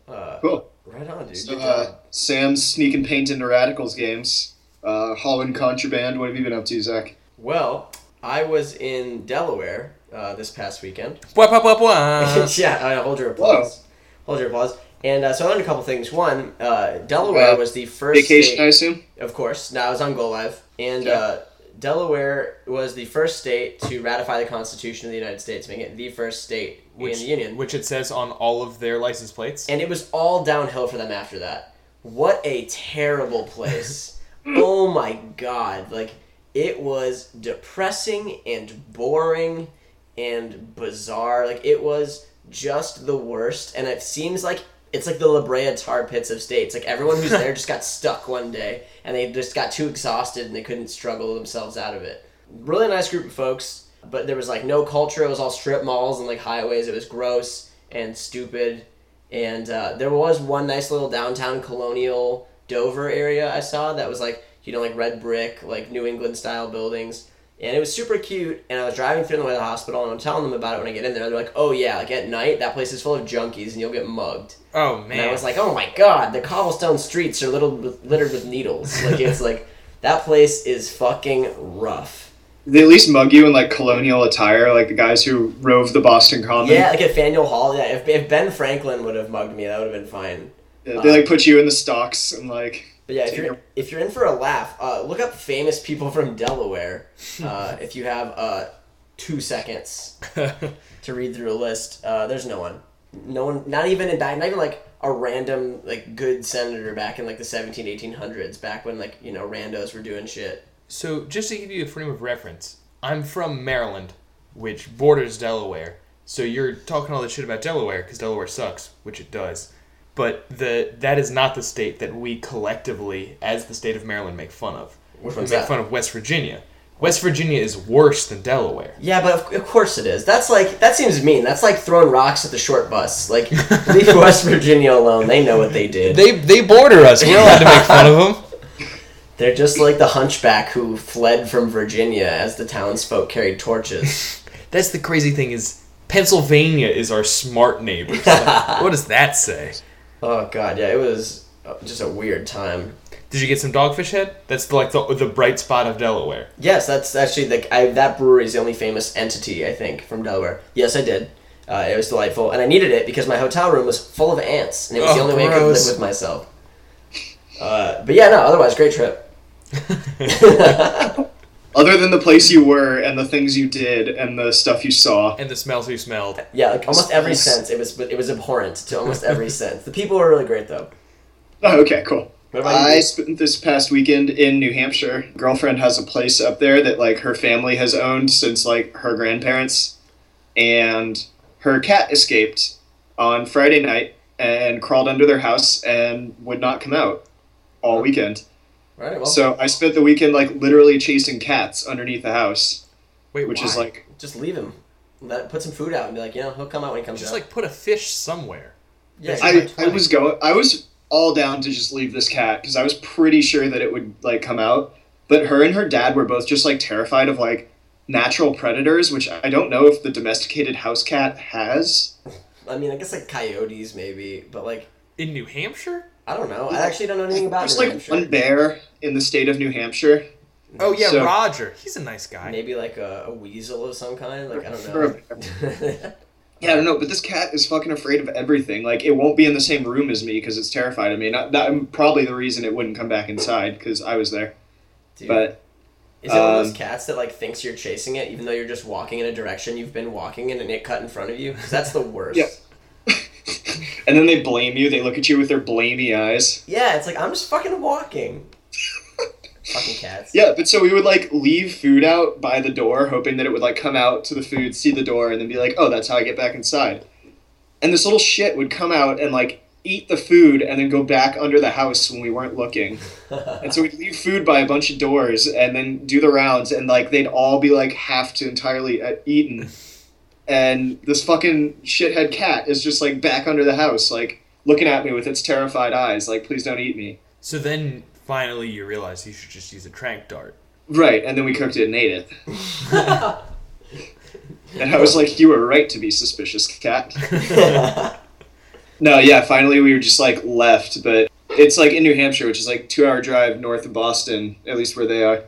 Speaker 1: Uh,
Speaker 3: Cool.
Speaker 1: right on, dude.
Speaker 3: So,
Speaker 1: Good
Speaker 3: uh,
Speaker 1: job.
Speaker 3: Sam's sneaking paint into Radicals games. Uh, hauling contraband. What have you been up to, Zach?
Speaker 1: Well, I was in Delaware uh, this past weekend.
Speaker 6: Bwah, bwah, bwah,
Speaker 3: Uh-huh.
Speaker 6: bwah.
Speaker 1: yeah, I hold your applause. Hold your applause. And uh, so I learned a couple things. One, uh, Delaware
Speaker 3: Uh,
Speaker 1: was the first
Speaker 3: Vacation,
Speaker 1: state-
Speaker 3: I assume.
Speaker 1: Of course. No, I was on Go Live. And
Speaker 3: Yeah.
Speaker 1: uh, Delaware was the first state to ratify the Constitution of the United States, making it the first state in the Union.
Speaker 6: Which it says on all of their license plates.
Speaker 1: and it was all downhill for them after that. What a terrible place. oh my god. Like, it was depressing and boring and bizarre. Like, it was just the worst. And it seems like it's like the La Brea tar pits of states. Like, everyone who's there just got stuck one day and they just got too exhausted and they couldn't struggle themselves out of it. Really nice group of folks, but there was like no culture. It was all strip malls and like highways. It was gross and stupid and uh, there was one nice little downtown colonial Dover area I saw that was like, you know, like red brick, like New England style buildings. And it was super cute. And I was driving through on the way to the hospital and I'm telling them about it when I get in there. They're like, oh yeah, like at night, that place is full of junkies and you'll get mugged.
Speaker 7: Oh
Speaker 1: And
Speaker 7: man,
Speaker 1: I was like, oh my god, the cobblestone streets are little littered with needles. Like it's like that place is fucking rough.
Speaker 3: They at least mug you in like colonial attire, like the guys who rove the Boston Common.
Speaker 1: Yeah, like at Faneuil Hall. Yeah, if, if Ben Franklin would have mugged me, that would have been fine.
Speaker 3: Yeah, they like put you in the stocks and like.
Speaker 1: But yeah, if you're if you're in for a laugh, uh, look up famous people from Delaware. Uh, if you have uh, two seconds to read through a list, uh, there's no one, no one, not even in back, not even like a random like good senator back in like the 17 1800s back when like you know randos were doing shit
Speaker 7: So, just to give you a frame of reference, I'm from Maryland, which borders Delaware. So you're talking all this shit about Delaware because Delaware sucks, which it does. But the that is not the state that we collectively, as the state of Maryland, make fun of.
Speaker 1: Which
Speaker 7: we
Speaker 1: one's
Speaker 7: make
Speaker 1: that?
Speaker 7: fun of West Virginia. West Virginia is worse than Delaware.
Speaker 1: Yeah, but of, of course it is. That's like that seems mean. That's like throwing rocks at the short bus. Like leave West Virginia alone. They know what they did.
Speaker 7: They they border us. We're allowed to make fun of them.
Speaker 1: They're just like the hunchback who fled from Virginia as the townsfolk carried torches.
Speaker 7: That's the crazy thing is Pennsylvania is our smart neighbors. Like, what does that say?
Speaker 1: oh god, yeah, it was uh, just a weird time.
Speaker 7: Did you get some dogfish head? That's like the, the bright spot of Delaware.
Speaker 1: Yes, that's actually the I, that brewery is the only famous entity I think from Delaware. Yes, I did. Uh, it was delightful, and I needed it because my hotel room was full of ants, and it was the
Speaker 7: Oh,
Speaker 1: only way I could
Speaker 7: gross.
Speaker 1: live with myself. Uh, but yeah, no. Otherwise, great trip.
Speaker 3: Other than the place you were and the things you did and the stuff you saw.
Speaker 7: and the smells we smelled.
Speaker 1: Yeah, like almost every
Speaker 3: Yes.
Speaker 1: sense. It was it was abhorrent to almost every sense. The people were really great though.
Speaker 3: Oh, okay, cool.
Speaker 1: What about
Speaker 3: I
Speaker 1: you?
Speaker 3: spent this past weekend in New Hampshire. Girlfriend has a place up there that like her family has owned since like her grandparents, and her cat escaped on Friday night and crawled under their house and would not come out all weekend.
Speaker 1: All right, well,
Speaker 3: So I spent the weekend like literally chasing cats underneath the house,
Speaker 7: Wait,
Speaker 3: which
Speaker 7: why?
Speaker 3: is like
Speaker 1: just leave him. Let put some food out and be like, you know, he'll come out when he comes
Speaker 7: just
Speaker 1: out.
Speaker 7: like put a fish somewhere.
Speaker 1: yeah,
Speaker 3: I, I was going I was all down to just leave this cat because I was pretty sure that it would like come out. But her and her dad were both just like terrified of like natural predators, which I don't know if the domesticated house cat has.
Speaker 1: I mean, I guess like coyotes maybe, but like
Speaker 7: In New Hampshire?
Speaker 1: I don't know. I actually don't know anything about
Speaker 3: There's
Speaker 1: it.
Speaker 3: like one bear in the state of New Hampshire.
Speaker 7: Oh yeah,
Speaker 3: So-
Speaker 7: Roger. He's a nice guy.
Speaker 1: Maybe like a, a weasel of some kind. Like I don't
Speaker 3: Or a
Speaker 1: know.
Speaker 3: Yeah, I don't know, but this cat is fucking afraid of everything. Like, it won't be in the same room as me because it's terrified of me. Not, that, probably the reason it wouldn't come back inside because I was there.
Speaker 1: Dude,
Speaker 3: But
Speaker 1: is it one of
Speaker 3: um,
Speaker 1: those cats that like thinks you're chasing it, even though you're just walking in a direction you've been walking in, and it cut in front of you? 'Cause that's the worst.
Speaker 3: Yeah. and then they blame you. They look at you with their blamey eyes.
Speaker 1: Yeah, it's like I'm just fucking walking. fucking cats.
Speaker 3: Yeah, but so we would like leave food out by the door, hoping that it would like come out to the food, see the door, and then be like, "Oh, that's how I get back inside." And this little shit would come out and like eat the food, and then go back under the house when we weren't looking. and so we'd leave food by a bunch of doors, and then do the rounds, and like they'd all be like half to entirely uh, eaten. And this fucking shithead cat is just like back under the house, like looking at me with its terrified eyes, like, "Please don't eat me."
Speaker 7: So then finally you realize you should just use a trank dart.
Speaker 3: Right, and then we cooked it and ate it. and I was like, you were right to be suspicious, cat. no, yeah, finally we were just like left, but it's like in New Hampshire, which is like two hour drive north of Boston, at least where they are.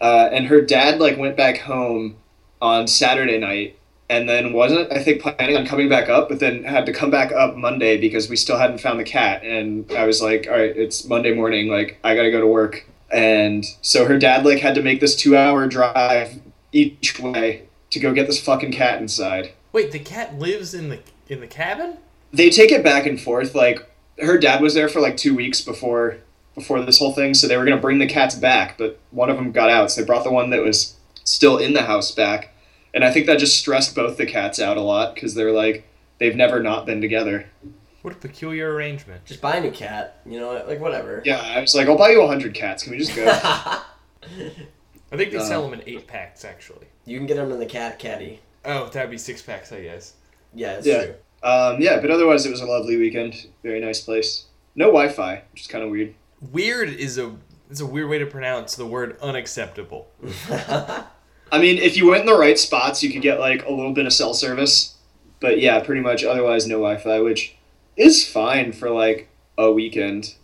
Speaker 3: Uh, and her dad like went back home on Saturday night and then wasn't I think planning on coming back up, but then had to come back up Monday because we still hadn't found the cat. And I was like, all right, it's Monday morning, like I gotta go to work. And so her dad like had to make this two hour drive each way to go get this fucking cat inside.
Speaker 7: Wait, the cat lives in the in the cabin?
Speaker 3: They take it back and forth. Like her dad was there for like two weeks before before this whole thing, so they were gonna bring the cats back, but one of them got out, so they brought the one that was still in the house back. And I think that just stressed both the cats out a lot because they're like they've never not been together.
Speaker 7: What a peculiar arrangement.
Speaker 1: Just buy a new cat. You know, like whatever.
Speaker 3: Yeah, I was like, I'll buy you hundred cats. Can we just go?
Speaker 7: I think they
Speaker 3: Uh,
Speaker 7: sell them in eight packs actually.
Speaker 1: You can get them in the cat caddy.
Speaker 7: Oh, that'd be six packs, I guess.
Speaker 1: Yeah, it's
Speaker 3: Yeah.
Speaker 1: true.
Speaker 3: um, yeah, but otherwise it was a lovely weekend. Very nice place. No Wi-Fi, which is kind of weird.
Speaker 6: Weird is a is a weird way to pronounce the word unacceptable.
Speaker 3: I mean, if you went in the right spots, you could get like a little bit of cell service. But yeah, pretty much otherwise no Wi-Fi, which is fine for like a weekend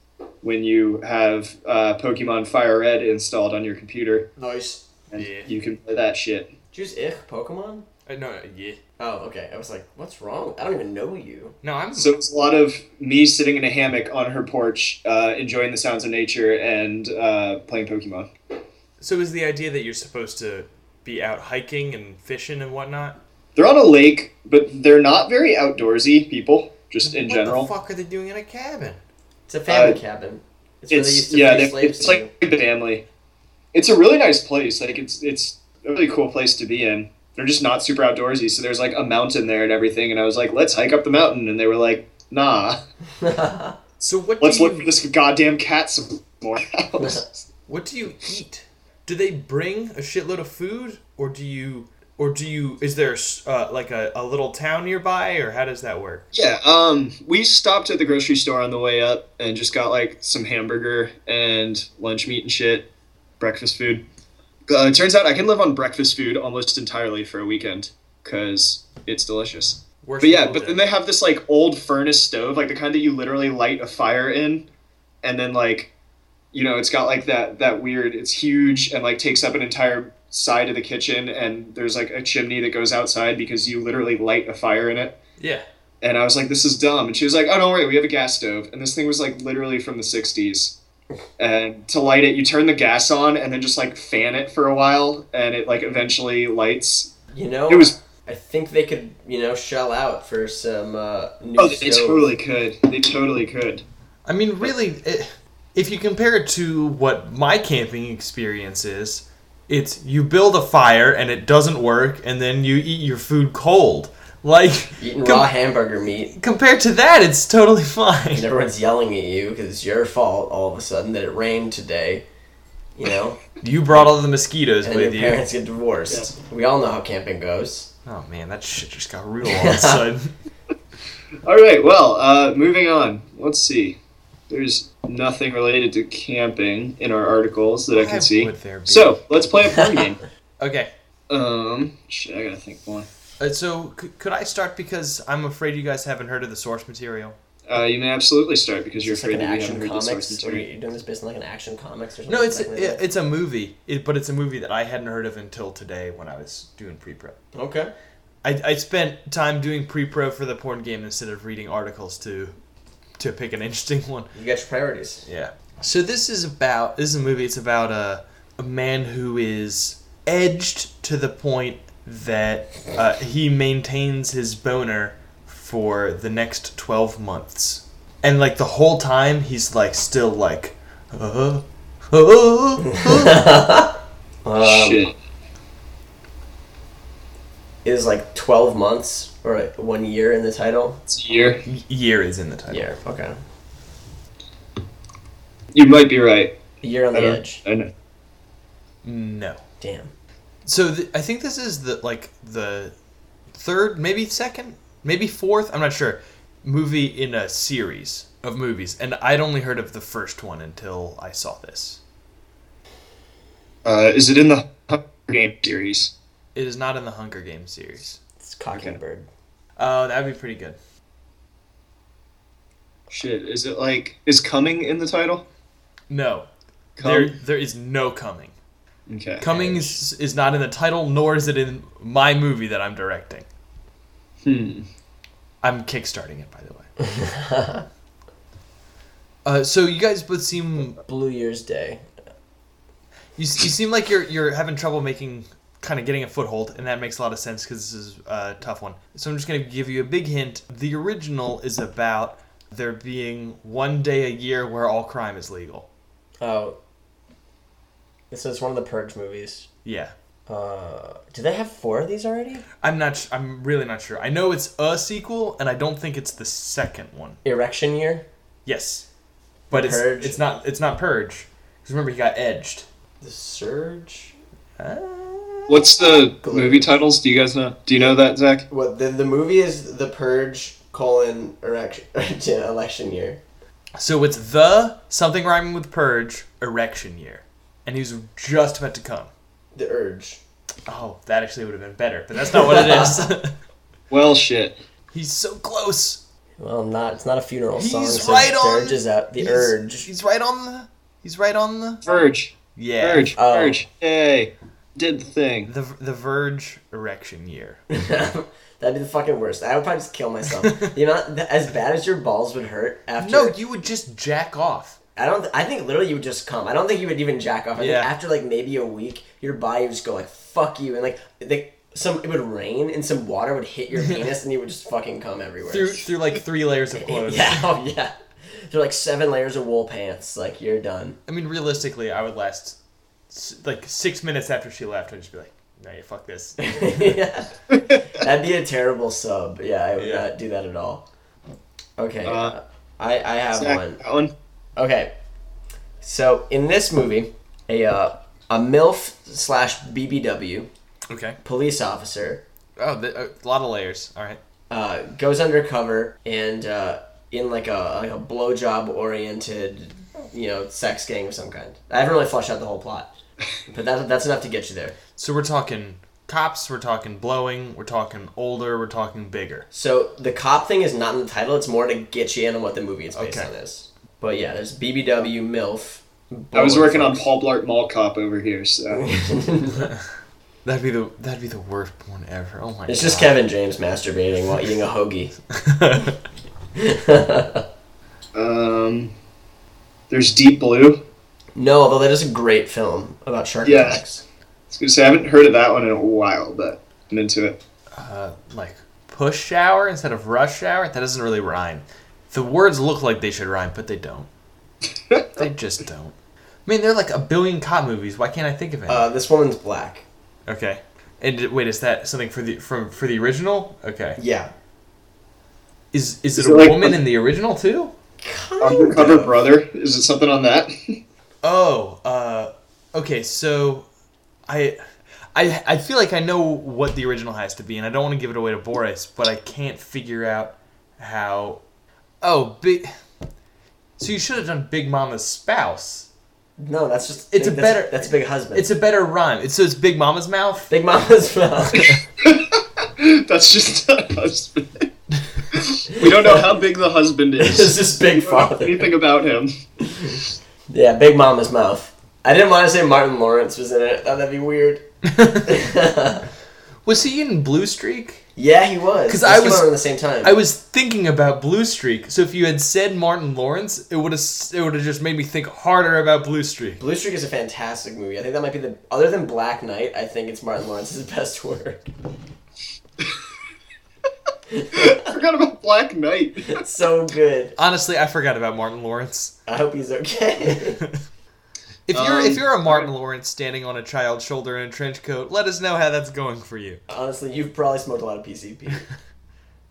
Speaker 3: when you have uh, Pokemon Fire Red installed on your computer
Speaker 1: Nice.
Speaker 3: and
Speaker 6: Yeah.
Speaker 3: you can play that shit.
Speaker 1: Choose ich Pokemon.
Speaker 6: Uh, no, yeah.
Speaker 1: Oh, okay. I was like, what's wrong? I don't even know you.
Speaker 6: No, I'm
Speaker 3: So it's a lot of me sitting in a hammock on her porch, uh, enjoying the sounds of nature and uh, playing Pokemon.
Speaker 6: So is the idea that you're supposed to be out hiking and fishing and whatnot?
Speaker 3: They're on a lake, but they're not very outdoorsy people, just in general.
Speaker 6: What the fuck are they doing in a cabin?
Speaker 1: It's a family
Speaker 3: Uh,
Speaker 1: cabin. It's, where they used
Speaker 3: it's
Speaker 1: to
Speaker 3: yeah,
Speaker 1: free
Speaker 3: they,
Speaker 1: slaves
Speaker 3: it's
Speaker 1: to.
Speaker 3: like a family. It's a really nice place. Like it's it's a really cool place to be in. They're just not super outdoorsy, so there's like a mountain there and everything. And I was like, let's hike up the mountain, and they were like, nah,
Speaker 6: So what
Speaker 3: let's
Speaker 6: do
Speaker 3: look
Speaker 6: you,
Speaker 3: for this goddamn cat some more.
Speaker 6: what do you eat? Do they bring a shitload of food, or do you, or do you? Is there uh, like a, a little town nearby, or how does that work?
Speaker 3: yeah, um, we stopped at the grocery store on the way up and just got like some hamburger and lunch meat and shit, breakfast food. Uh, it turns out I can live on breakfast food almost entirely for a weekend because it's delicious.
Speaker 6: Worst
Speaker 3: But yeah,
Speaker 6: people
Speaker 3: but then
Speaker 6: do.
Speaker 3: they have this like old furnace stove, like the kind that you literally light a fire in, and then like, you know, it's got like that that weird. It's huge and like takes up an entire side of the kitchen, and there's like a chimney that goes outside because you literally light a fire in it.
Speaker 6: yeah.
Speaker 3: And I was like, this is dumb. And she was like, oh, don't worry, we have a gas stove. And this thing was like literally from the 60s. And to light it, you turn the gas on and then just like fan it for a while, and it like eventually lights.
Speaker 1: You know,
Speaker 3: It was
Speaker 1: I think they could, you know, shell out for some uh, new
Speaker 3: oh, they
Speaker 1: stove.
Speaker 3: totally could. They totally could.
Speaker 6: I mean, really, i if you compare it to what my camping experience is, it's you build a fire and it doesn't work, and then you eat your food cold. Like
Speaker 1: eating
Speaker 6: com-
Speaker 1: raw hamburger meat.
Speaker 6: compared to that, it's totally fine.
Speaker 1: And everyone's yelling at you because it's your fault all of a sudden that it rained today. You know,
Speaker 6: You brought all the mosquitoes
Speaker 1: and then
Speaker 6: with
Speaker 1: your
Speaker 6: you.
Speaker 1: parents get divorced. We all know how camping goes.
Speaker 6: Oh man, that shit just got real all of a sudden.
Speaker 3: All right, well, uh, moving on. Let's see. There's nothing related to camping in our articles that I
Speaker 6: Why
Speaker 3: can see.
Speaker 6: would there be?
Speaker 3: So let's play a porn game.
Speaker 6: Okay,
Speaker 3: Um, shit, I gotta think more.
Speaker 6: uh, so c- could I start because I'm afraid you guys haven't heard of the source material.
Speaker 3: Uh, you may absolutely start because you're
Speaker 1: It's like
Speaker 3: afraid
Speaker 1: an
Speaker 3: that we haven't
Speaker 1: action
Speaker 3: heard the source
Speaker 1: comics. What are
Speaker 3: material.
Speaker 1: you doing this based on like an action comics or something?
Speaker 6: No, it's
Speaker 1: like
Speaker 6: it, it's a movie, it, but it's a movie that I hadn't heard of until today when I was doing pre-prep.
Speaker 1: okay.
Speaker 6: I, I spent time doing pre-pro for the porn game instead of reading articles to to pick an interesting one.
Speaker 1: You got your priorities.
Speaker 6: Yeah. So this is about this is a movie. It's about a a man who is edged to the point that uh, he maintains his boner for the next twelve months, and like the whole time he's like still like, uh, uh,
Speaker 3: Shit.
Speaker 1: Is like twelve months or like one year in the title.
Speaker 3: It's a year.
Speaker 6: year is in the title.
Speaker 1: Yeah. Okay.
Speaker 3: You might be right.
Speaker 1: A year on
Speaker 3: I
Speaker 1: the
Speaker 3: don't-
Speaker 1: edge.
Speaker 3: I know.
Speaker 6: No.
Speaker 1: Damn.
Speaker 6: So th- I think this is the like the third, maybe second, maybe fourth. I'm not sure. Movie in a series of movies, and I'd only heard of the first one until I saw this.
Speaker 3: Uh, is it in the Hunger Game series?
Speaker 6: It is not in the Hunger Games series.
Speaker 1: It's cocky
Speaker 3: Okay.
Speaker 1: bird.
Speaker 6: Oh, that would be pretty good.
Speaker 3: Shit, is it like is coming in the title?
Speaker 6: No, there
Speaker 3: Come?
Speaker 6: there is no coming.
Speaker 3: Okay.
Speaker 6: Coming is, is not in the title, nor is it in my movie that I'm directing.
Speaker 3: Hmm.
Speaker 6: I'm kickstarting it, by the way. uh, so you guys both seem
Speaker 1: Blue Year's Day.
Speaker 6: You, you seem like you're you're having trouble making kind of getting a foothold, and that makes a lot of sense because this is a tough one. So I'm just gonna give you a big hint. The original is about there being one day a year where all crime is legal.
Speaker 1: Oh. This is one of the Purge movies.
Speaker 6: Yeah,
Speaker 1: Uh, do they have four of these already?
Speaker 6: I'm not. Sh- I'm really not sure. I know it's a sequel, and I don't think it's the second one.
Speaker 1: Erection Year.
Speaker 6: Yes, but it's
Speaker 1: Purge?
Speaker 6: it's not it's not purge. Because remember he got edged.
Speaker 1: The Surge.
Speaker 3: What's the movie titles? Do you guys know? Do you know that, Zach?
Speaker 1: What the the movie is The Purge colon erection election year.
Speaker 6: So it's the something rhyming with purge erection year, and he's just about to come.
Speaker 1: The urge.
Speaker 6: Oh, that actually would have been better, but that's not what it is.
Speaker 3: Well, shit.
Speaker 6: he's so close.
Speaker 1: Well, not it's not a funeral
Speaker 6: He's
Speaker 1: song. so
Speaker 6: right
Speaker 1: the
Speaker 6: on-
Speaker 1: urge is out. The
Speaker 6: he's,
Speaker 1: urge.
Speaker 6: He's right on the. He's right on the.
Speaker 3: Verge.
Speaker 6: Yeah.
Speaker 3: Verge.
Speaker 1: Oh.
Speaker 3: Verge. Yay. Did the thing.
Speaker 6: The the Verge erection year.
Speaker 1: That'd be the fucking worst. I would probably just kill myself. you know, th- as bad as your balls would hurt after.
Speaker 6: No, you would just jack off.
Speaker 1: I don't. I think literally you would just come. I don't think you would even jack off. I
Speaker 6: Yeah.
Speaker 1: think after like maybe a week, your body would just go like fuck you, and like the, some it would rain and some water would hit your penis, and you would just fucking come everywhere.
Speaker 6: Through through like three layers of clothes.
Speaker 1: yeah, oh yeah. They're like seven layers of wool pants. Like you're done.
Speaker 6: I mean, realistically, I would last s- like six minutes after she left. I'd just be like, "No, you fuck this."
Speaker 1: yeah. That'd be a terrible sub. Yeah, I would
Speaker 6: Yeah.
Speaker 1: not do that at all. Okay.
Speaker 3: Uh,
Speaker 1: uh, I, I have
Speaker 3: Zach,
Speaker 1: one.
Speaker 3: that one.
Speaker 1: Okay. So in this movie, a uh, a MILF slash BBW
Speaker 6: Okay.
Speaker 1: police officer
Speaker 6: Oh, th- a lot of layers. All right.
Speaker 1: uh, goes undercover and uh, in like a like a blowjob oriented, you know, sex gang of some kind. I haven't really fleshed out the whole plot, but that that's enough to get you there.
Speaker 6: So we're talking cops. We're talking blowing. We're talking older. We're talking bigger.
Speaker 1: So the cop thing is not in the title. It's more to get you in on what the movie it's based
Speaker 6: Okay.
Speaker 1: on is. But yeah, there's BBW MILF.
Speaker 3: I was
Speaker 1: Bowler
Speaker 3: working on
Speaker 1: folks.
Speaker 3: Paul Blart Mall Cop over here, so.
Speaker 6: That'd be the that'd be the worst one ever. Oh my god.
Speaker 1: It's just Kevin James masturbating while eating a hoagie.
Speaker 3: Um, there's Deep Blue.
Speaker 1: No, although that is a great film about shark
Speaker 3: Yeah.
Speaker 1: attacks.
Speaker 3: I was gonna say I haven't heard of that one in a while, but I'm into it.
Speaker 6: uh, like push shower instead of rush hour. That doesn't really rhyme. The words look like they should rhyme, but they don't. they just don't. I mean, they're like a billion cop movies. Why can't I think of any?
Speaker 1: Uh, this woman's black.
Speaker 6: okay. And d- wait, is that something for the from for the original? Okay.
Speaker 1: Yeah.
Speaker 6: Is is it
Speaker 3: Is
Speaker 6: a
Speaker 3: it like-
Speaker 6: woman in the original too?
Speaker 3: Undercover Brother. Is it something on that?
Speaker 6: Oh, uh, okay. So, I, I, I feel like I know what the original has to be, and I don't want to give it away to Boris, but I can't figure out how. Oh, big. So you should have done Big Mama's spouse.
Speaker 1: No, that's just.
Speaker 6: It's a
Speaker 1: that's-
Speaker 6: better-
Speaker 1: That's big husband.
Speaker 6: It's a better rhyme. It's so it's Big Mama's mouth.
Speaker 1: big mama's mouth.
Speaker 3: That's just a husband. we don't know how big the husband
Speaker 1: it's
Speaker 3: is.
Speaker 1: just big father.
Speaker 3: Anything about him?
Speaker 1: Yeah, big mama's mouth. I didn't want to say Martin Lawrence was in it. I thought that'd be weird.
Speaker 6: Was he in Blue Streak?
Speaker 1: yeah, he was.
Speaker 6: 'Cause
Speaker 1: This
Speaker 6: I
Speaker 1: came
Speaker 6: was-
Speaker 1: out around the same time.
Speaker 6: I was thinking about Blue Streak. So if you had said Martin Lawrence, it would have it would have just made me think harder about Blue Streak.
Speaker 1: Blue Streak is a fantastic movie. I think that might be the other than Black Knight. I think it's Martin Lawrence's best work.
Speaker 3: I forgot about Black Knight.
Speaker 1: It's so good.
Speaker 6: Honestly, I forgot about Martin Lawrence.
Speaker 1: I hope he's okay.
Speaker 6: If you're
Speaker 3: Um,
Speaker 6: if you're a Martin Lawrence standing on a child's shoulder in a trench coat, let us know how that's going for you.
Speaker 1: Honestly, you've probably smoked a lot of PCP.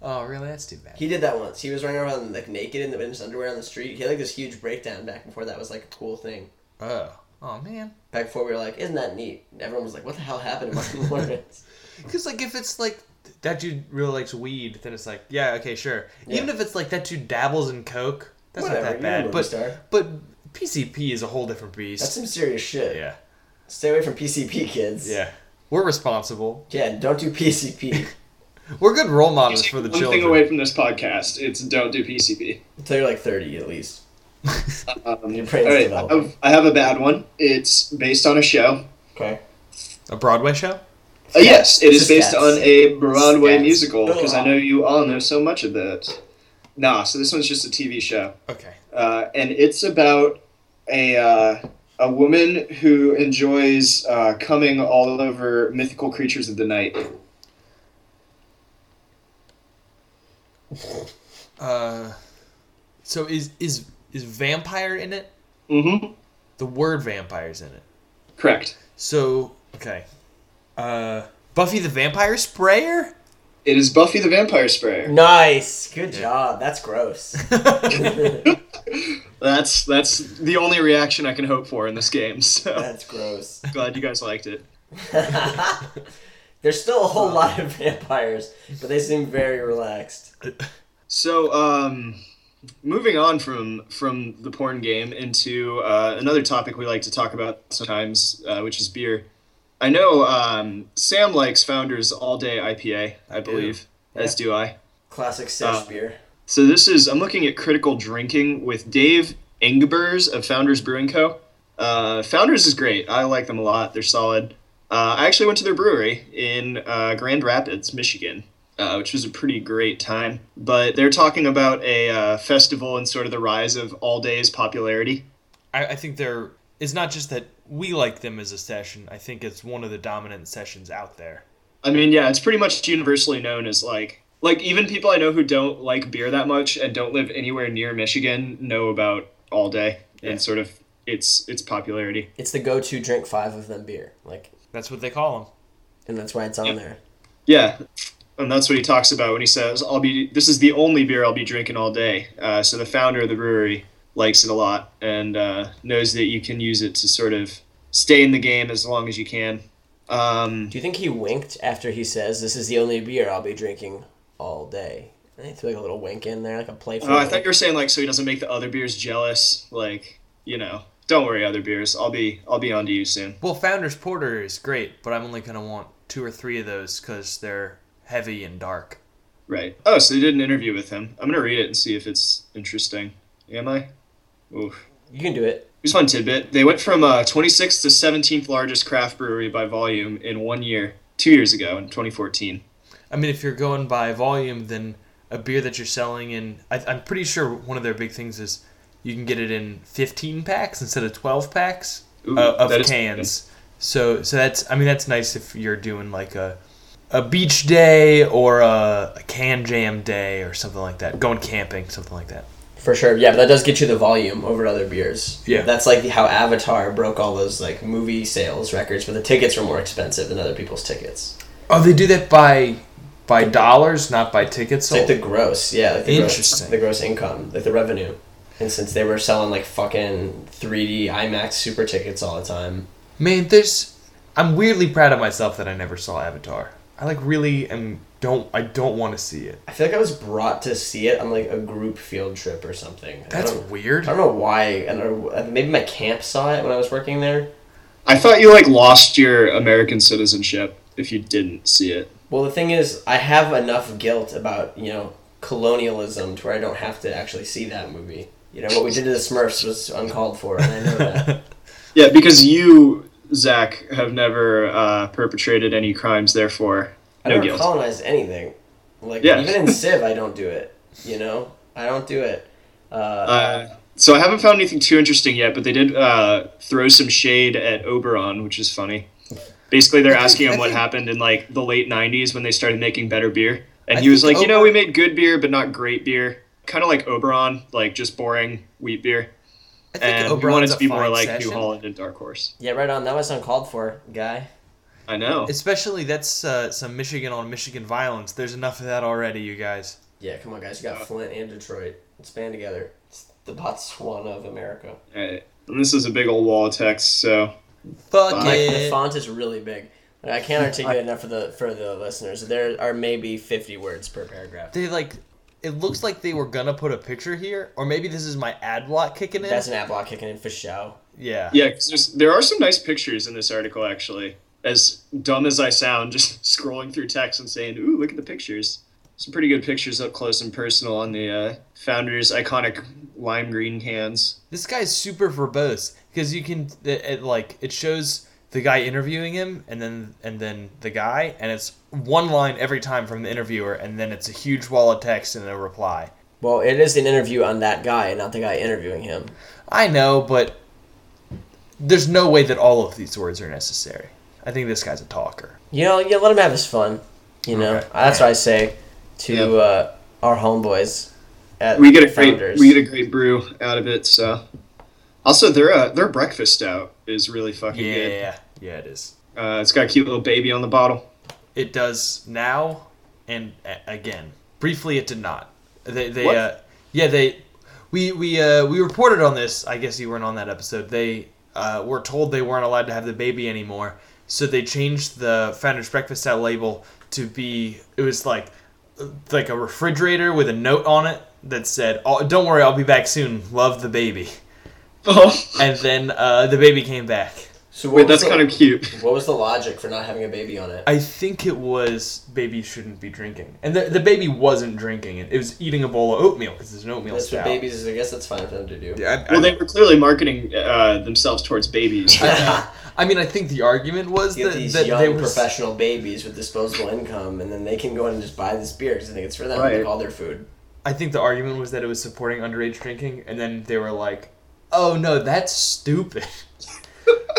Speaker 6: Oh, really? That's too bad.
Speaker 1: He did that once. He was running around like naked in the in his underwear on the street. He had like this huge breakdown back before that was like a cool thing.
Speaker 6: Oh, oh man.
Speaker 1: Back before we were like, isn't that neat? And everyone was like, what the hell happened to Martin Lawrence?
Speaker 6: Because like if it's like that dude really likes weed, then it's like yeah, okay, sure. Even
Speaker 1: Yeah.
Speaker 6: if it's like that dude dabbles in coke, that's
Speaker 1: Whatever,
Speaker 6: not
Speaker 1: you're
Speaker 6: that
Speaker 1: a
Speaker 6: bad.
Speaker 1: movie
Speaker 6: But
Speaker 1: star.
Speaker 6: but PCP is a whole different beast.
Speaker 1: That's some serious shit.
Speaker 6: yeah,
Speaker 1: Stay away from PCP, kids.
Speaker 6: yeah. We're responsible.
Speaker 1: Yeah, don't do PCP.
Speaker 6: We're good role models for the
Speaker 3: One
Speaker 6: children.
Speaker 3: thing away from this podcast: it's don't do PCB.
Speaker 1: Until you're like 30 at least. Your
Speaker 3: Um, all
Speaker 1: brain's
Speaker 3: right, I
Speaker 1: developing.
Speaker 3: have, I have a bad one. It's based on a show.
Speaker 1: Okay.
Speaker 6: A Broadway show.
Speaker 3: Uh, yes, it
Speaker 1: It's
Speaker 3: is
Speaker 1: a
Speaker 3: based
Speaker 1: stats.
Speaker 3: on a Broadway
Speaker 1: Stats.
Speaker 3: musical because I
Speaker 1: Ugh.
Speaker 3: know you all know so much of that. Nah, so this one's just a TV show.
Speaker 6: Okay.
Speaker 3: uh, and it's about a uh, a woman who enjoys uh, coming all over mythical creatures of the night.
Speaker 6: Uh, so is is is vampire in it?
Speaker 3: Mm-hmm.
Speaker 6: The word vampire's in it.
Speaker 3: Correct.
Speaker 6: So okay, uh, Buffy the Vampire Sprayer.
Speaker 3: It is Buffy the Vampire Sprayer.
Speaker 1: Nice. Good job. That's gross.
Speaker 3: That's that's the only reaction I can hope for in this game. So
Speaker 1: That's gross.
Speaker 3: glad you guys liked it.
Speaker 1: There's still a whole lot of vampires, but they seem very relaxed.
Speaker 3: So um, moving on from from the porn game into uh, another topic we like to talk about sometimes, uh, which is beer. I know um, Sam likes Founders All Day IPA, I believe, as do I.
Speaker 1: Classic Sesh
Speaker 3: Uh,
Speaker 1: beer.
Speaker 3: So this is I'm looking at critical drinking with Dave Engbers of Founders Brewing Co. Uh, Founders is great. I like them a lot. They're solid. Uh, I actually went to their brewery in uh, Grand Rapids, Michigan, uh, which was a pretty great time. But they're talking about a uh, festival and sort of the rise of all day's popularity.
Speaker 6: I, I think they're. It's not just that we like them as a session. I think it's one of the dominant sessions out there.
Speaker 3: I mean, yeah, it's pretty much universally known as like like even people I know who don't like beer that much and don't live anywhere near Michigan know about all day and sort of its its popularity.
Speaker 1: It's the go-to drink five of them beer. Like,
Speaker 6: That's what they call them.
Speaker 1: and that's why it's on there.
Speaker 3: Yeah, and that's what he talks about when he says, "I'll be. This is the only beer I'll be drinking all day." Uh, so the founder of the brewery likes it a lot and uh, knows that you can use it to sort of stay in the game as long as you can. Um,
Speaker 1: Do you think he winked after he says, "This is the only beer I'll be drinking all day"? And he threw like a little wink in there, like a playful.
Speaker 3: oh, I
Speaker 1: wink.
Speaker 3: thought you were saying like so he doesn't make the other beers jealous. Like you know, don't worry, other beers. I'll be I'll be on to you soon.
Speaker 6: Well, Founders Porter is great, but I'm only gonna want two or three of those because they're heavy and dark.
Speaker 3: Right. Oh, so they did an interview with him. I'm gonna read it and see if it's interesting. Am I? Oof.
Speaker 1: you can do it.
Speaker 3: Here's one tidbit. They went from uh, 26th to 17th largest craft brewery by volume in one year, two years ago in 2014.
Speaker 6: I mean, if you're going by volume, then a beer that you're selling in, I, I'm pretty sure one of their big things is you can get it in 15 packs instead of 12 packs
Speaker 3: Ooh,
Speaker 6: uh, of
Speaker 3: that is-
Speaker 6: cans. So, so that's, I mean, that's nice if you're doing like a a beach day or a, a can jam day or something like that. Going camping, something like that.
Speaker 1: For sure, yeah, but that does get you the volume over other beers.
Speaker 6: Yeah.
Speaker 1: that's like how Avatar broke all those like movie sales records, but the tickets were more expensive than other people's tickets.
Speaker 6: Oh, they do that by by dollars, not by tickets.
Speaker 1: It's like the gross, yeah, like the gross,
Speaker 6: Oh. Interesting.
Speaker 1: the gross income, like the revenue. And since they were selling like fucking 3D IMAX super tickets all the time,
Speaker 6: Man, there's. I'm weirdly proud of myself that I never saw Avatar. I like really am don't I don't want to see it.
Speaker 1: I feel like I was brought to see it on like a group field trip or something.
Speaker 6: That's
Speaker 1: I don't, I
Speaker 6: weird.
Speaker 1: don't know why. I don't know, maybe my camp saw it when I was working there.
Speaker 3: I thought you like lost your American citizenship if you didn't see it.
Speaker 1: Well, the thing is, I have enough guilt about you know colonialism to where I don't have to actually see that movie. You know what we did to the Smurfs was uncalled for, and I know that.
Speaker 3: Yeah, because you, Zach, have never uh, perpetrated any crimes. Therefore,
Speaker 1: I
Speaker 3: no
Speaker 1: don't
Speaker 3: guilt.
Speaker 1: colonize anything. Like
Speaker 3: Yeah.
Speaker 1: even in Civ, I don't do it. You know, I don't do it. Uh,
Speaker 3: Uh, so I haven't found anything too interesting yet, but they did uh, throw some shade at Oberon, which is funny. Basically, they're asking him what happened in like the late '90s when they started making better beer, and
Speaker 6: I
Speaker 3: he was
Speaker 6: think
Speaker 3: like, "You know,
Speaker 6: Oberon-
Speaker 3: we made good beer, but not great beer. Kind of like Oberon, like just boring wheat beer."
Speaker 6: I think
Speaker 3: And we
Speaker 6: Oberon's
Speaker 3: wanted to
Speaker 6: a
Speaker 3: be more
Speaker 6: fine
Speaker 3: like
Speaker 6: session.
Speaker 3: New Holland and Dark Horse.
Speaker 1: yeah, right on. That was uncalled for, guy.
Speaker 3: I know.
Speaker 6: Especially that's uh, some Michigan on Michigan violence. There's enough of that already, you guys.
Speaker 1: Yeah, come on, guys.
Speaker 3: Uh,
Speaker 1: You got Flint and Detroit. Let's band together. It's the Botswana of America.
Speaker 3: Alright. And this is a big old wall of text, so
Speaker 6: Fuck
Speaker 1: Like, the
Speaker 6: it.
Speaker 1: font is really big. Like, I can't articulate enough for the for the listeners. There are maybe fifty words per paragraph.
Speaker 6: They like. It looks like they were gonna put a picture here, or maybe this is my ad block kicking in.
Speaker 1: That's an ad block kicking in for show.
Speaker 6: yeah.
Speaker 3: yeah, 'cause there's, there are some nice pictures in this article actually. As dumb as I sound, just scrolling through text and saying, "Ooh, look at the pictures." Some pretty good pictures up close and personal on the uh, founders' iconic lime green cans.
Speaker 6: This guy's super verbose because you can it, it, like it shows the guy interviewing him and then and then the guy and it's one line every time from the interviewer and then it's a huge wall of text and a reply.
Speaker 1: Well, it is an interview on that guy, not the guy interviewing him.
Speaker 6: I know, but there's no way that all of these words are necessary. I think this guy's a talker.
Speaker 1: You know, you let him have his fun. You know, that's what I say to
Speaker 3: Yep.
Speaker 1: uh, our homeboys. At
Speaker 3: We get a great
Speaker 1: Founders.
Speaker 3: we get a great brew out of it. So, also their uh, their breakfast stout is really fucking good.
Speaker 6: Yeah, yeah, it is.
Speaker 3: Uh, it's got a cute little baby on the bottle.
Speaker 6: It does now and a- again. Briefly, it did not. They, they,
Speaker 3: What?
Speaker 6: uh, yeah, they, we, we, uh, we reported on this. I guess you weren't on that episode. They uh, were told they weren't allowed to have the baby anymore, so they changed the Founders Breakfast Out label to be. It was like, like a refrigerator with a note on it that said, oh, "Don't worry, I'll be back soon. Love the baby."
Speaker 3: Oh,
Speaker 6: And then uh, the baby came back.
Speaker 1: So what
Speaker 3: wait,
Speaker 1: was
Speaker 3: that's
Speaker 1: the-
Speaker 3: kind of cute.
Speaker 1: What was the logic for not having a baby on it?
Speaker 6: I think it was babies shouldn't be drinking, and the, the baby wasn't drinking it. It was eating a bowl of oatmeal because there's an oatmeal
Speaker 1: That's
Speaker 6: stout.
Speaker 1: what babies. I guess that's fine for them to do.
Speaker 6: Yeah, I, I-
Speaker 3: Well, they were clearly marketing uh, themselves towards babies.
Speaker 6: I mean, I think the argument was
Speaker 1: You get
Speaker 6: that,
Speaker 1: these
Speaker 6: that
Speaker 1: young
Speaker 6: they were s-
Speaker 1: professional babies with disposable income, and then they can go in and just buy this beer because I think it's for them,
Speaker 3: Right.
Speaker 1: like all their food.
Speaker 6: I think the argument was that it was supporting underage drinking, and then they were like, "Oh no, that's stupid."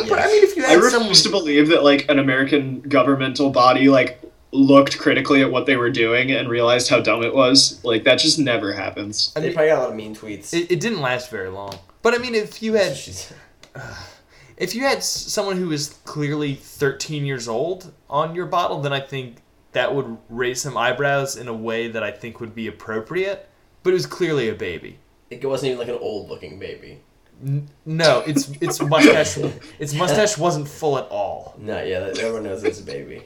Speaker 6: But I mean, if you
Speaker 3: I
Speaker 6: had someone,
Speaker 3: refuse to believe that like an American governmental body like looked critically at what they were doing and realized how dumb it was. Like that just never happens.
Speaker 6: I
Speaker 1: They
Speaker 6: mean,
Speaker 1: probably got a lot of mean tweets.
Speaker 6: it, it didn't last very long. But I mean, if you had
Speaker 1: She's-
Speaker 6: if you had s- someone who was clearly 13 years old on your bottle, then I think that would raise some eyebrows in a way that I think would be appropriate. But it was clearly a baby.
Speaker 1: it wasn't even like an old-looking baby.
Speaker 6: No, it's it's mustache. its mustache wasn't full at all.
Speaker 1: No, yeah, that, everyone knows it's a baby.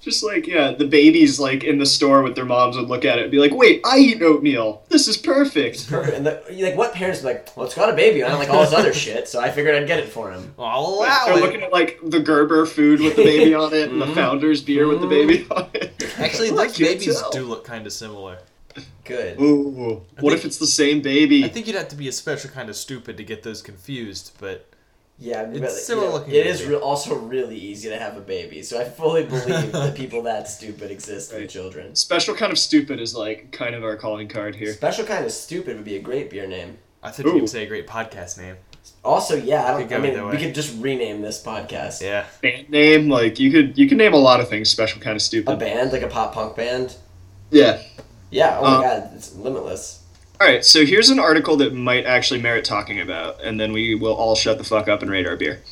Speaker 3: Just like yeah, the babies like in the store with their moms would look at it and be like, "Wait, I eat oatmeal. This is perfect."
Speaker 1: and the, like, what parents are like? Well, it's got a baby on it, like all this other shit. So I figured I'd get it for him.
Speaker 6: I'll allow
Speaker 3: They're
Speaker 6: it.
Speaker 3: looking at like the Gerber food with the baby on it and the Founder's beer with the baby on it.
Speaker 6: Actually,
Speaker 3: I
Speaker 6: those
Speaker 3: can't
Speaker 6: babies
Speaker 3: tell.
Speaker 6: do look kind of similar.
Speaker 1: Good.
Speaker 3: Ooh, what
Speaker 6: think-
Speaker 3: if it's the same baby?
Speaker 6: I think you'd have to be a special kind of stupid to get those confused, but
Speaker 1: Yeah, but,
Speaker 6: It's
Speaker 1: you
Speaker 6: similar
Speaker 1: know,
Speaker 6: looking
Speaker 1: It is
Speaker 6: baby.
Speaker 1: re- also really easy to have a baby, so I fully believe that people that stupid exist in children.
Speaker 3: Special kind of stupid is like kind of our calling card here.
Speaker 1: Special kind of stupid would be a great beer name.
Speaker 6: I think you
Speaker 3: Ooh.
Speaker 6: could say a great podcast name.
Speaker 1: Also, yeah, I
Speaker 6: Could
Speaker 1: don't.
Speaker 6: go
Speaker 1: I
Speaker 6: either
Speaker 1: mean,
Speaker 6: way.
Speaker 1: we could just rename this podcast.
Speaker 6: Yeah.
Speaker 3: Band name, like you could you can name a lot of things. Special kind of stupid.
Speaker 1: A band, like a pop punk band.
Speaker 3: Yeah.
Speaker 1: Yeah. Oh my
Speaker 3: Um,
Speaker 1: god, it's limitless.
Speaker 3: All right. So here's an article that might actually merit talking about, and then we will all shut the fuck up and rate our beer.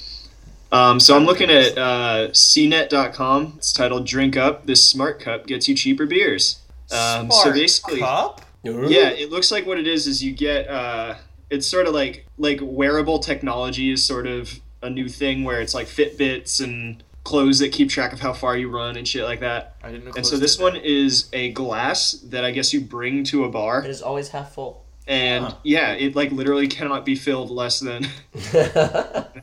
Speaker 3: Um, so I'm looking at uh, CNET.com. It's titled "Drink Up." This smart cup gets you cheaper beers. Um, so
Speaker 6: Smart
Speaker 3: basically,
Speaker 6: cup?
Speaker 3: yeah, it looks like what it is is you get uh, it's sort of like like wearable technology is sort of a new thing where it's like Fitbits and clothes that keep track of how far you run and shit like that.
Speaker 6: I didn't know.
Speaker 3: And
Speaker 6: close
Speaker 3: so this
Speaker 6: did that.
Speaker 3: one is a glass that I guess you bring to a bar,
Speaker 1: is always half full.
Speaker 3: and yeah, it like literally cannot be filled less than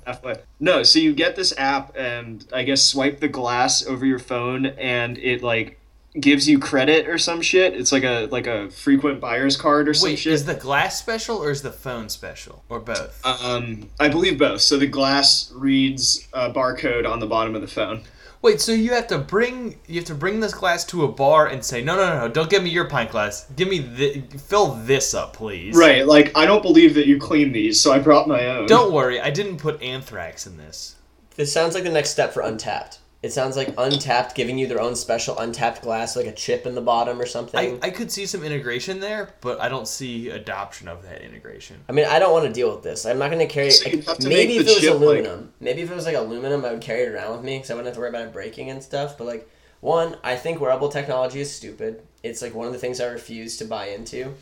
Speaker 3: halfway. No, so you get this app, and I guess swipe the glass over your phone, and it like gives you credit or some shit. It's like a like a frequent buyer's card or some
Speaker 6: Wait,
Speaker 3: shit.
Speaker 6: is the glass special or is the phone special or both?
Speaker 3: um, I believe both. So the glass reads a barcode on the bottom of the phone.
Speaker 6: Wait, so you have to bring you have to bring this glass to a bar and say, "No, no, no, no, don't give me your pint glass. Give me the fill this up, please."
Speaker 3: Right, like I don't believe that you clean these, so I brought my own.
Speaker 6: Don't worry, I didn't put anthrax in this.
Speaker 1: This sounds like the next step for Untapped. It sounds like Untapped giving you their own special Untapped glass, like a chip in the bottom or something.
Speaker 6: I,
Speaker 3: Mm.
Speaker 6: I could see some integration there, but I don't see adoption of that integration.
Speaker 1: I mean, I don't want to deal with this. I'm not going to carry.
Speaker 3: So
Speaker 1: like,
Speaker 3: you'd have to
Speaker 1: maybe
Speaker 3: make
Speaker 1: if
Speaker 3: the
Speaker 1: it was
Speaker 3: chip, like-
Speaker 1: aluminum. maybe if it was like aluminum, I would carry it around with me because I wouldn't have to worry about it breaking and stuff. But like, one, I think wearable technology is stupid. It's like one of the things I refuse to buy into.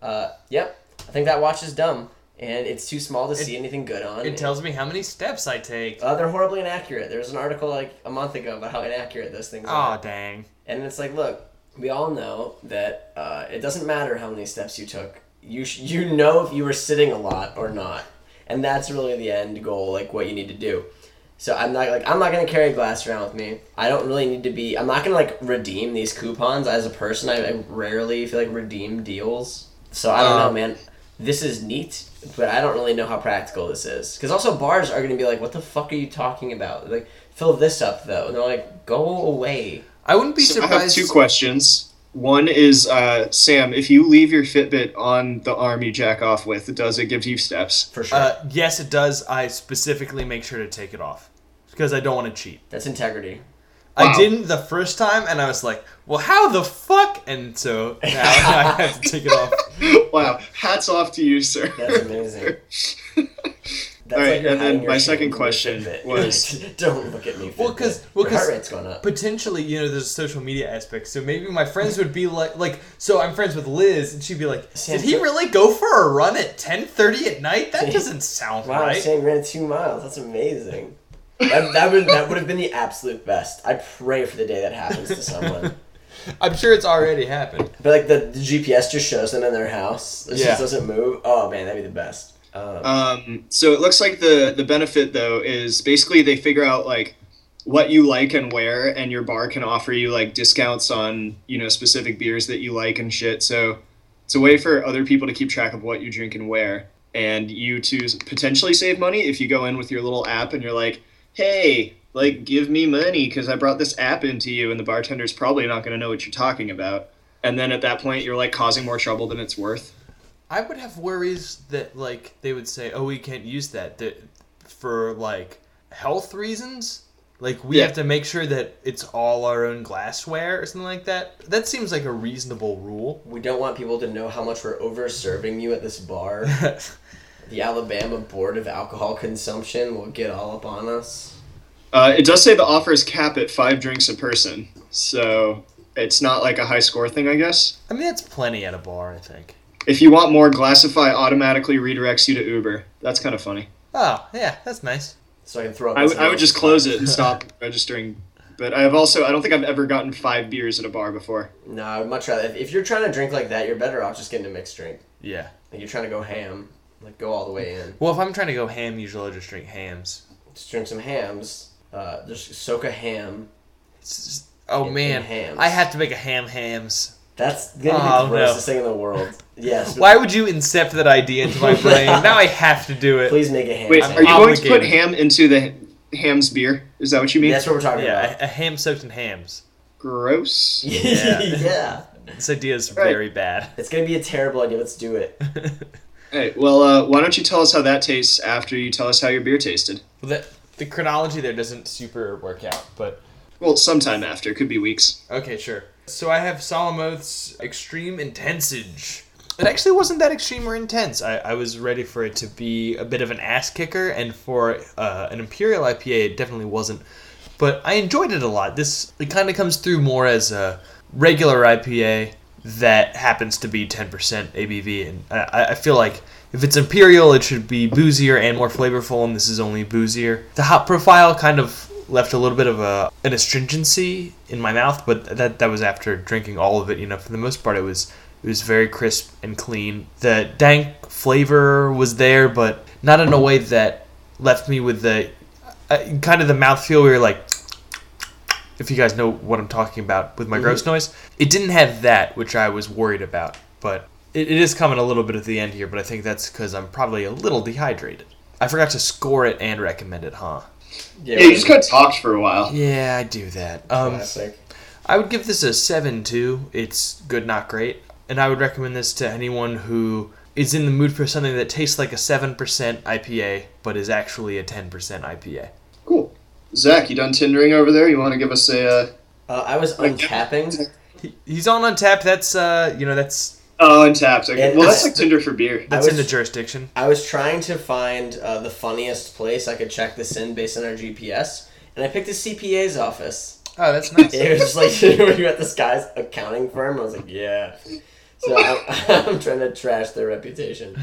Speaker 1: Uh, yep, I think that watch is dumb and it's too small to see anything good on.
Speaker 6: It tells me how many steps I take.
Speaker 1: Uh, they're horribly inaccurate. There was an article like a month ago about how inaccurate those things
Speaker 3: Oh,
Speaker 1: are.
Speaker 6: Aw, dang.
Speaker 1: And it's like, look, we all know that uh, it doesn't matter how many steps you took. You sh- you know if you were sitting a lot or not, and that's really the end goal, like what you need to do. So I'm not like I'm not gonna carry glass around with me. I don't really need to be. I'm not gonna like redeem these coupons as a person. I, I rarely feel like redeem deals. So I don't know, man. This is neat, but I don't really know how practical this is. Because also bars are gonna be like, what the fuck are you talking about? Like fill this up though, and they're like, go away.
Speaker 6: I wouldn't be
Speaker 3: So I
Speaker 6: surprised.
Speaker 3: have two questions. One is, uh, Sam, if you leave your Fitbit on the arm you jack off with, does it give you steps?
Speaker 1: For sure.
Speaker 6: Uh, yes, it does. I specifically make sure to take it off because I don't want to cheat.
Speaker 1: That's integrity.
Speaker 6: I didn't the first time, and I was like, "Well, how the fuck?" And so now, now I have to take it off.
Speaker 3: Wow, hats off to you, sir.
Speaker 1: That's amazing. That's
Speaker 3: All right,
Speaker 1: you're
Speaker 3: and then
Speaker 1: hiding your
Speaker 3: my
Speaker 1: shame
Speaker 3: second
Speaker 1: in your
Speaker 3: question
Speaker 1: Fitbit.
Speaker 3: was-
Speaker 1: don't look at me.
Speaker 6: Well,
Speaker 1: Fitbit.
Speaker 6: 'cause- well,
Speaker 1: your heart
Speaker 6: 'cause-
Speaker 1: rate's gone up.
Speaker 6: Potentially, you know, there's a social media aspect. So maybe my friends would be like, like, so I'm friends with Liz, and she'd be like, "Did he really go for a run at 10:30 at night? That doesn't sound
Speaker 1: Wow,
Speaker 6: right."
Speaker 1: Shane ran two miles. That's amazing. That, that would that would have been the absolute best. I pray for the day that happens to someone.
Speaker 7: I'm sure it's already happened.
Speaker 1: But like the, the GPS just shows them in their house. It
Speaker 7: Yeah.
Speaker 1: just doesn't move. Oh man, that'd be the best. Um,
Speaker 3: Um, so it looks like the the benefit though is basically they figure out like what you like and where, and your bar can offer you like discounts on you know specific beers that you like and shit. So it's a way for other people to keep track of what you drink and where, and you to s- potentially save money if you go in with your little app and you're like, hey, like give me money because I brought this app into you, and the bartender's probably not going to know what you're talking about. And then at that point, you're like causing more trouble than it's worth.
Speaker 6: I would have worries that like they would say, "Oh, we can't use that that for like health reasons." Like we
Speaker 3: Yeah.
Speaker 6: have to make sure that it's all our own glassware or something like that. That seems like a reasonable rule.
Speaker 1: we don't want people to know how much we're over serving you at this bar. the Alabama Board of Alcohol Consumption will get all up on us.
Speaker 3: Uh, it does say the offer is cap at five drinks a person, so it's not like a high score thing, I guess.
Speaker 6: I mean, that's plenty at a bar, I think.
Speaker 3: If you want more, Glassify automatically redirects you to Uber. That's kind of funny.
Speaker 6: Oh, yeah, that's nice.
Speaker 1: So I can throw. Up
Speaker 3: I
Speaker 1: this
Speaker 3: would- I would
Speaker 1: little-
Speaker 3: just close it and stop registering. But I've also, I don't think I've ever gotten five beers at a bar before.
Speaker 1: No, I would much rather. If, if you're trying to drink like that, you're better off just getting a mixed drink.
Speaker 6: Yeah.
Speaker 1: Like you're trying to go ham, like go all the way in.
Speaker 6: Well, if I'm trying to go ham, usually I just drink hams.
Speaker 1: Just drink some hams. Uh, just soak a ham.
Speaker 6: It's just- oh
Speaker 1: And-
Speaker 6: man,
Speaker 1: and hams.
Speaker 6: I have to make a ham hams.
Speaker 1: That's gonna be the
Speaker 6: Oh, no.
Speaker 1: grossest thing in the world. Yes.
Speaker 6: Why would you incept that idea into my brain? now I have to do it.
Speaker 1: Please make a ham.
Speaker 3: Wait,
Speaker 1: sandwich.
Speaker 3: are you going to put
Speaker 6: obligated.
Speaker 3: ham into the ham's beer? Is that what you mean?
Speaker 1: That's what we're talking
Speaker 6: Yeah,
Speaker 1: about.
Speaker 6: a, a ham soaked in hams.
Speaker 3: Gross.
Speaker 1: Yeah.
Speaker 6: This idea is
Speaker 3: Right.
Speaker 6: very bad.
Speaker 1: It's gonna be a terrible idea. Let's do it.
Speaker 3: All right, well, uh, why don't you tell us how that tastes after you tell us how your beer tasted?
Speaker 6: Well, that the chronology there doesn't super work out, but
Speaker 3: Well, sometime after. Could be weeks.
Speaker 6: okay, sure. So I have solemn oaths, extreme intensage. It actually wasn't that extreme or intense. I, I was ready for it to be a bit of an ass kicker, and for uh, an imperial IPA, it definitely wasn't. But I enjoyed it a lot. This it kind of comes through more as a regular IPA that happens to be 10% ABV, and I- I, I feel like if it's imperial, it should be boozier and more flavorful, and this is only boozier. The hop profile kind of left a little bit of a an astringency in my mouth, but that that was after drinking all of it. You know, for the most part, it was it was very crisp and clean. The dank flavor was there, but not in a way that left me with the uh, kind of the mouthfeel where you're like, if you guys know what I'm talking about with my gross noise. It didn't have that, which I was worried about, but it, it is coming a little bit at the end here, but I think that's because I'm probably a little dehydrated. I forgot to score it and recommend it, huh?
Speaker 3: Yeah, you just kind of talked for a while.
Speaker 6: Yeah, I do that. Um,
Speaker 1: Classic.
Speaker 6: I would give this a 7 2. It's good, not great. And I would recommend this to anyone who is in the mood for something that tastes like a 7% IPA, but is actually a 10% IPA.
Speaker 3: Cool. Zach, you done Tindering over there? You want to give us a. Uh...
Speaker 1: Uh, I was uncapping.
Speaker 6: He, he's on Untapped. That's, uh, you know, that's
Speaker 3: Oh, Untapped. Okay.
Speaker 1: Yeah,
Speaker 3: well,
Speaker 1: that's-
Speaker 3: that's like Tinder for beer.
Speaker 6: that's
Speaker 1: was-
Speaker 6: in the jurisdiction.
Speaker 1: I was trying to find uh, the funniest place I could check this in based on our GPS, and I picked a CPA's office.
Speaker 6: Oh, that's nice.
Speaker 1: It was just like you at this guy's accounting firm. I was like, yeah. So I'm, I'm trying to trash their reputation.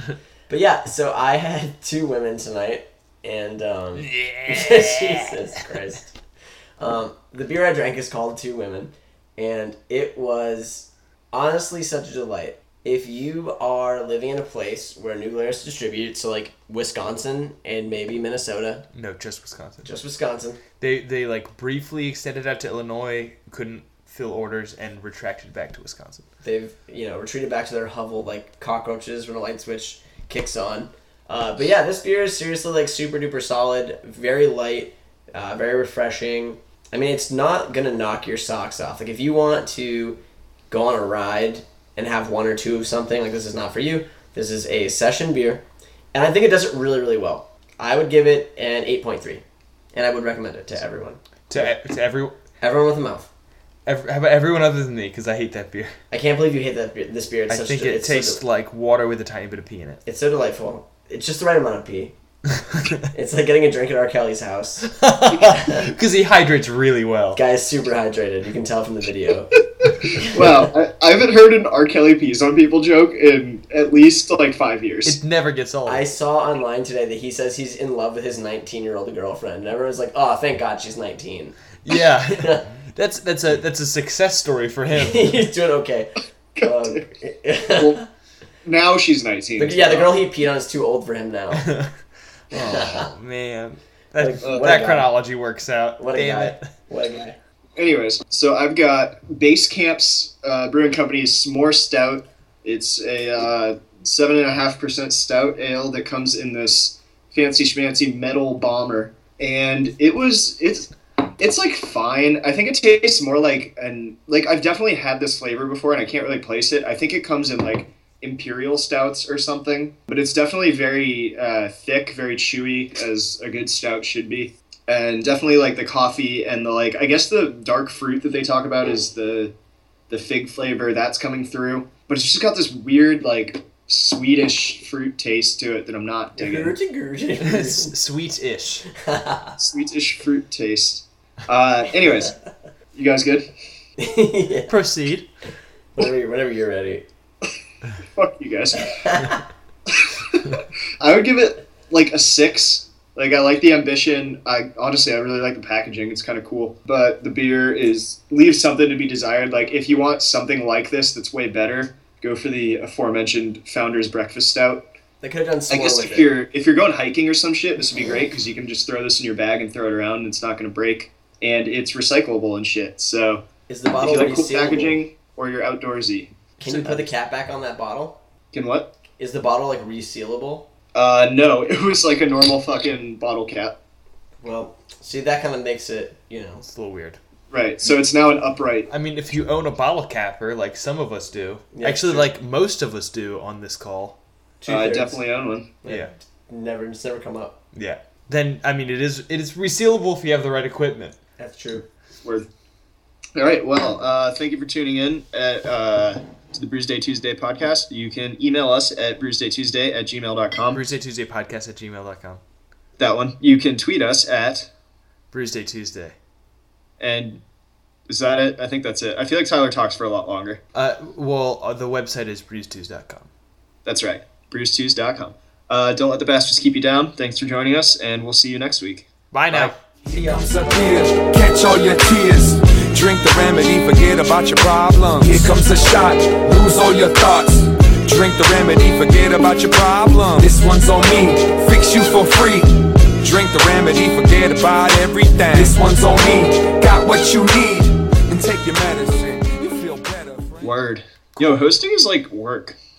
Speaker 1: But yeah, so I had two women tonight, and um, Jesus Christ. Um, the beer I drank is called Two Women, and it was honestly such a delight. If you are living in a place where New Glarus distributes, so like Wisconsin and maybe Minnesota,
Speaker 6: No, just Wisconsin.
Speaker 1: just Wisconsin,
Speaker 6: They they like briefly extended out to Illinois, couldn't fill orders, and retracted back to Wisconsin.
Speaker 1: they've you know retreated back to their hovel like cockroaches when a light switch kicks on. Uh, but yeah, this beer is seriously like super duper solid, very light, uh, very refreshing. I mean, it's not gonna knock your socks off. Like if you want to go on a ride and have one or two of something, like this is not for you. This is a session beer, and I think it does it really really well. I would give it an eight point three, and I would recommend it to everyone.
Speaker 6: To e, to every,
Speaker 1: Everyone with a mouth.
Speaker 6: every how about everyone other than me because I hate that beer.
Speaker 1: I can't believe you hate that beer, this beer. It's
Speaker 6: I
Speaker 1: such
Speaker 6: think
Speaker 1: a,
Speaker 6: it
Speaker 1: it's so
Speaker 6: tastes
Speaker 1: del-
Speaker 6: like water with a tiny bit of pee in it.
Speaker 1: It's so delightful. It's just the right amount of pee. It's like getting a drink at R. Kelly's house.
Speaker 6: Because he hydrates really well.
Speaker 1: Guy is super hydrated. You can tell from the video.
Speaker 3: Wow, I, I haven't heard an R. Kelly pees on people joke in at least like five years.
Speaker 6: It never gets old.
Speaker 1: I saw online today that he says he's in love with his 19 year old girlfriend. And everyone's like, oh, thank God she's 19.
Speaker 6: Yeah, that's that's a that's a success story for him.
Speaker 1: he's doing okay. Um,
Speaker 3: Well, now she's 19.
Speaker 1: but yeah, the girl he peed on is too old for him now.
Speaker 6: oh man, that,
Speaker 1: What a
Speaker 6: that
Speaker 1: guy.
Speaker 6: chronology works out.
Speaker 1: What a
Speaker 6: Damn
Speaker 1: guy.
Speaker 6: it.
Speaker 1: What a guy.
Speaker 3: Anyways, so I've got Base Camp's uh, Brewing Company's S'more Stout. It's a uh, seven and a half percent stout ale that comes in this fancy schmancy metal bomber, and it was it's it's like fine. I think it tastes more like an like I've definitely had this flavor before, and I can't really place it. I think it comes in like imperial stouts or something, but it's definitely very uh, thick, very chewy, as a good stout should be and definitely like the coffee and the like i guess the dark fruit that they talk about is the the fig flavor that's coming through but it's just got this weird like swedish fruit taste to it that i'm not digging
Speaker 1: Gertie,
Speaker 6: It's sweet-ish.
Speaker 3: swedish fruit taste uh anyways you guys good
Speaker 1: Gertie.
Speaker 6: Proceed.
Speaker 1: whenever, you- whenever you're ready.
Speaker 3: fuck you guys i would give it like a six like i like the ambition i honestly i really like the packaging it's kind of cool but the beer is leaves something to be desired like if you want something like this that's way better go for the aforementioned founders breakfast stout
Speaker 1: They could have done
Speaker 3: i
Speaker 1: some more
Speaker 3: guess
Speaker 1: with
Speaker 3: if
Speaker 1: it.
Speaker 3: you're if you're going hiking or some shit this would be great because you can just throw this in your bag and throw it around and it's not going to break and it's recyclable and shit so
Speaker 1: Is the
Speaker 3: if
Speaker 1: bottle
Speaker 3: you like
Speaker 1: already
Speaker 3: cool
Speaker 1: sealable?
Speaker 3: packaging or you're outdoorsy
Speaker 1: Can you put the cap back on that bottle?
Speaker 3: can what
Speaker 1: Is the bottle like resealable?
Speaker 3: Uh, no, it was like a normal fucking bottle cap.
Speaker 1: Well, see, that kind of makes it, you know.
Speaker 6: It's a little weird.
Speaker 3: Right, so it's now an upright.
Speaker 6: I mean, if you own a bottle capper, like some of us do,
Speaker 1: Yeah,
Speaker 6: actually,
Speaker 1: sure.
Speaker 6: like most of us do on this call.
Speaker 1: Two
Speaker 3: I uh, definitely own one.
Speaker 6: Yeah.
Speaker 1: Never, it's never come up.
Speaker 6: Yeah. Then I mean, it is it is resealable if you have the right equipment.
Speaker 1: That's true.
Speaker 3: Word. All right, well, uh, thank you for tuning in at, uh, to the Bruise Day Tuesday podcast. You can email us at bruisedaytuesday at gmail.com.
Speaker 6: Bruise Day Tuesday podcast at gmail.com.
Speaker 3: That one. You can tweet us at,
Speaker 6: Bruise Day Tuesday.
Speaker 3: and is that it? I think that's it. I feel like Tyler talks for a lot longer.
Speaker 6: Uh, well, uh, the website is bruisetues.com.
Speaker 3: That's right, bruisetues.com. Uh, don't let the bastards keep you down. Thanks for joining us, and we'll see you next week.
Speaker 6: Bye now.
Speaker 4: comes a beer, catch all your tears. Drink the remedy, forget about your problems. Here comes a shot, lose all your thoughts. Drink the remedy, forget about your problems. This one's on me, fix you for free. Drink the remedy, forget about everything. This one's on me, got what you need. And take your medicine, you feel better. friend.
Speaker 3: Word. Yo, hosting is like work.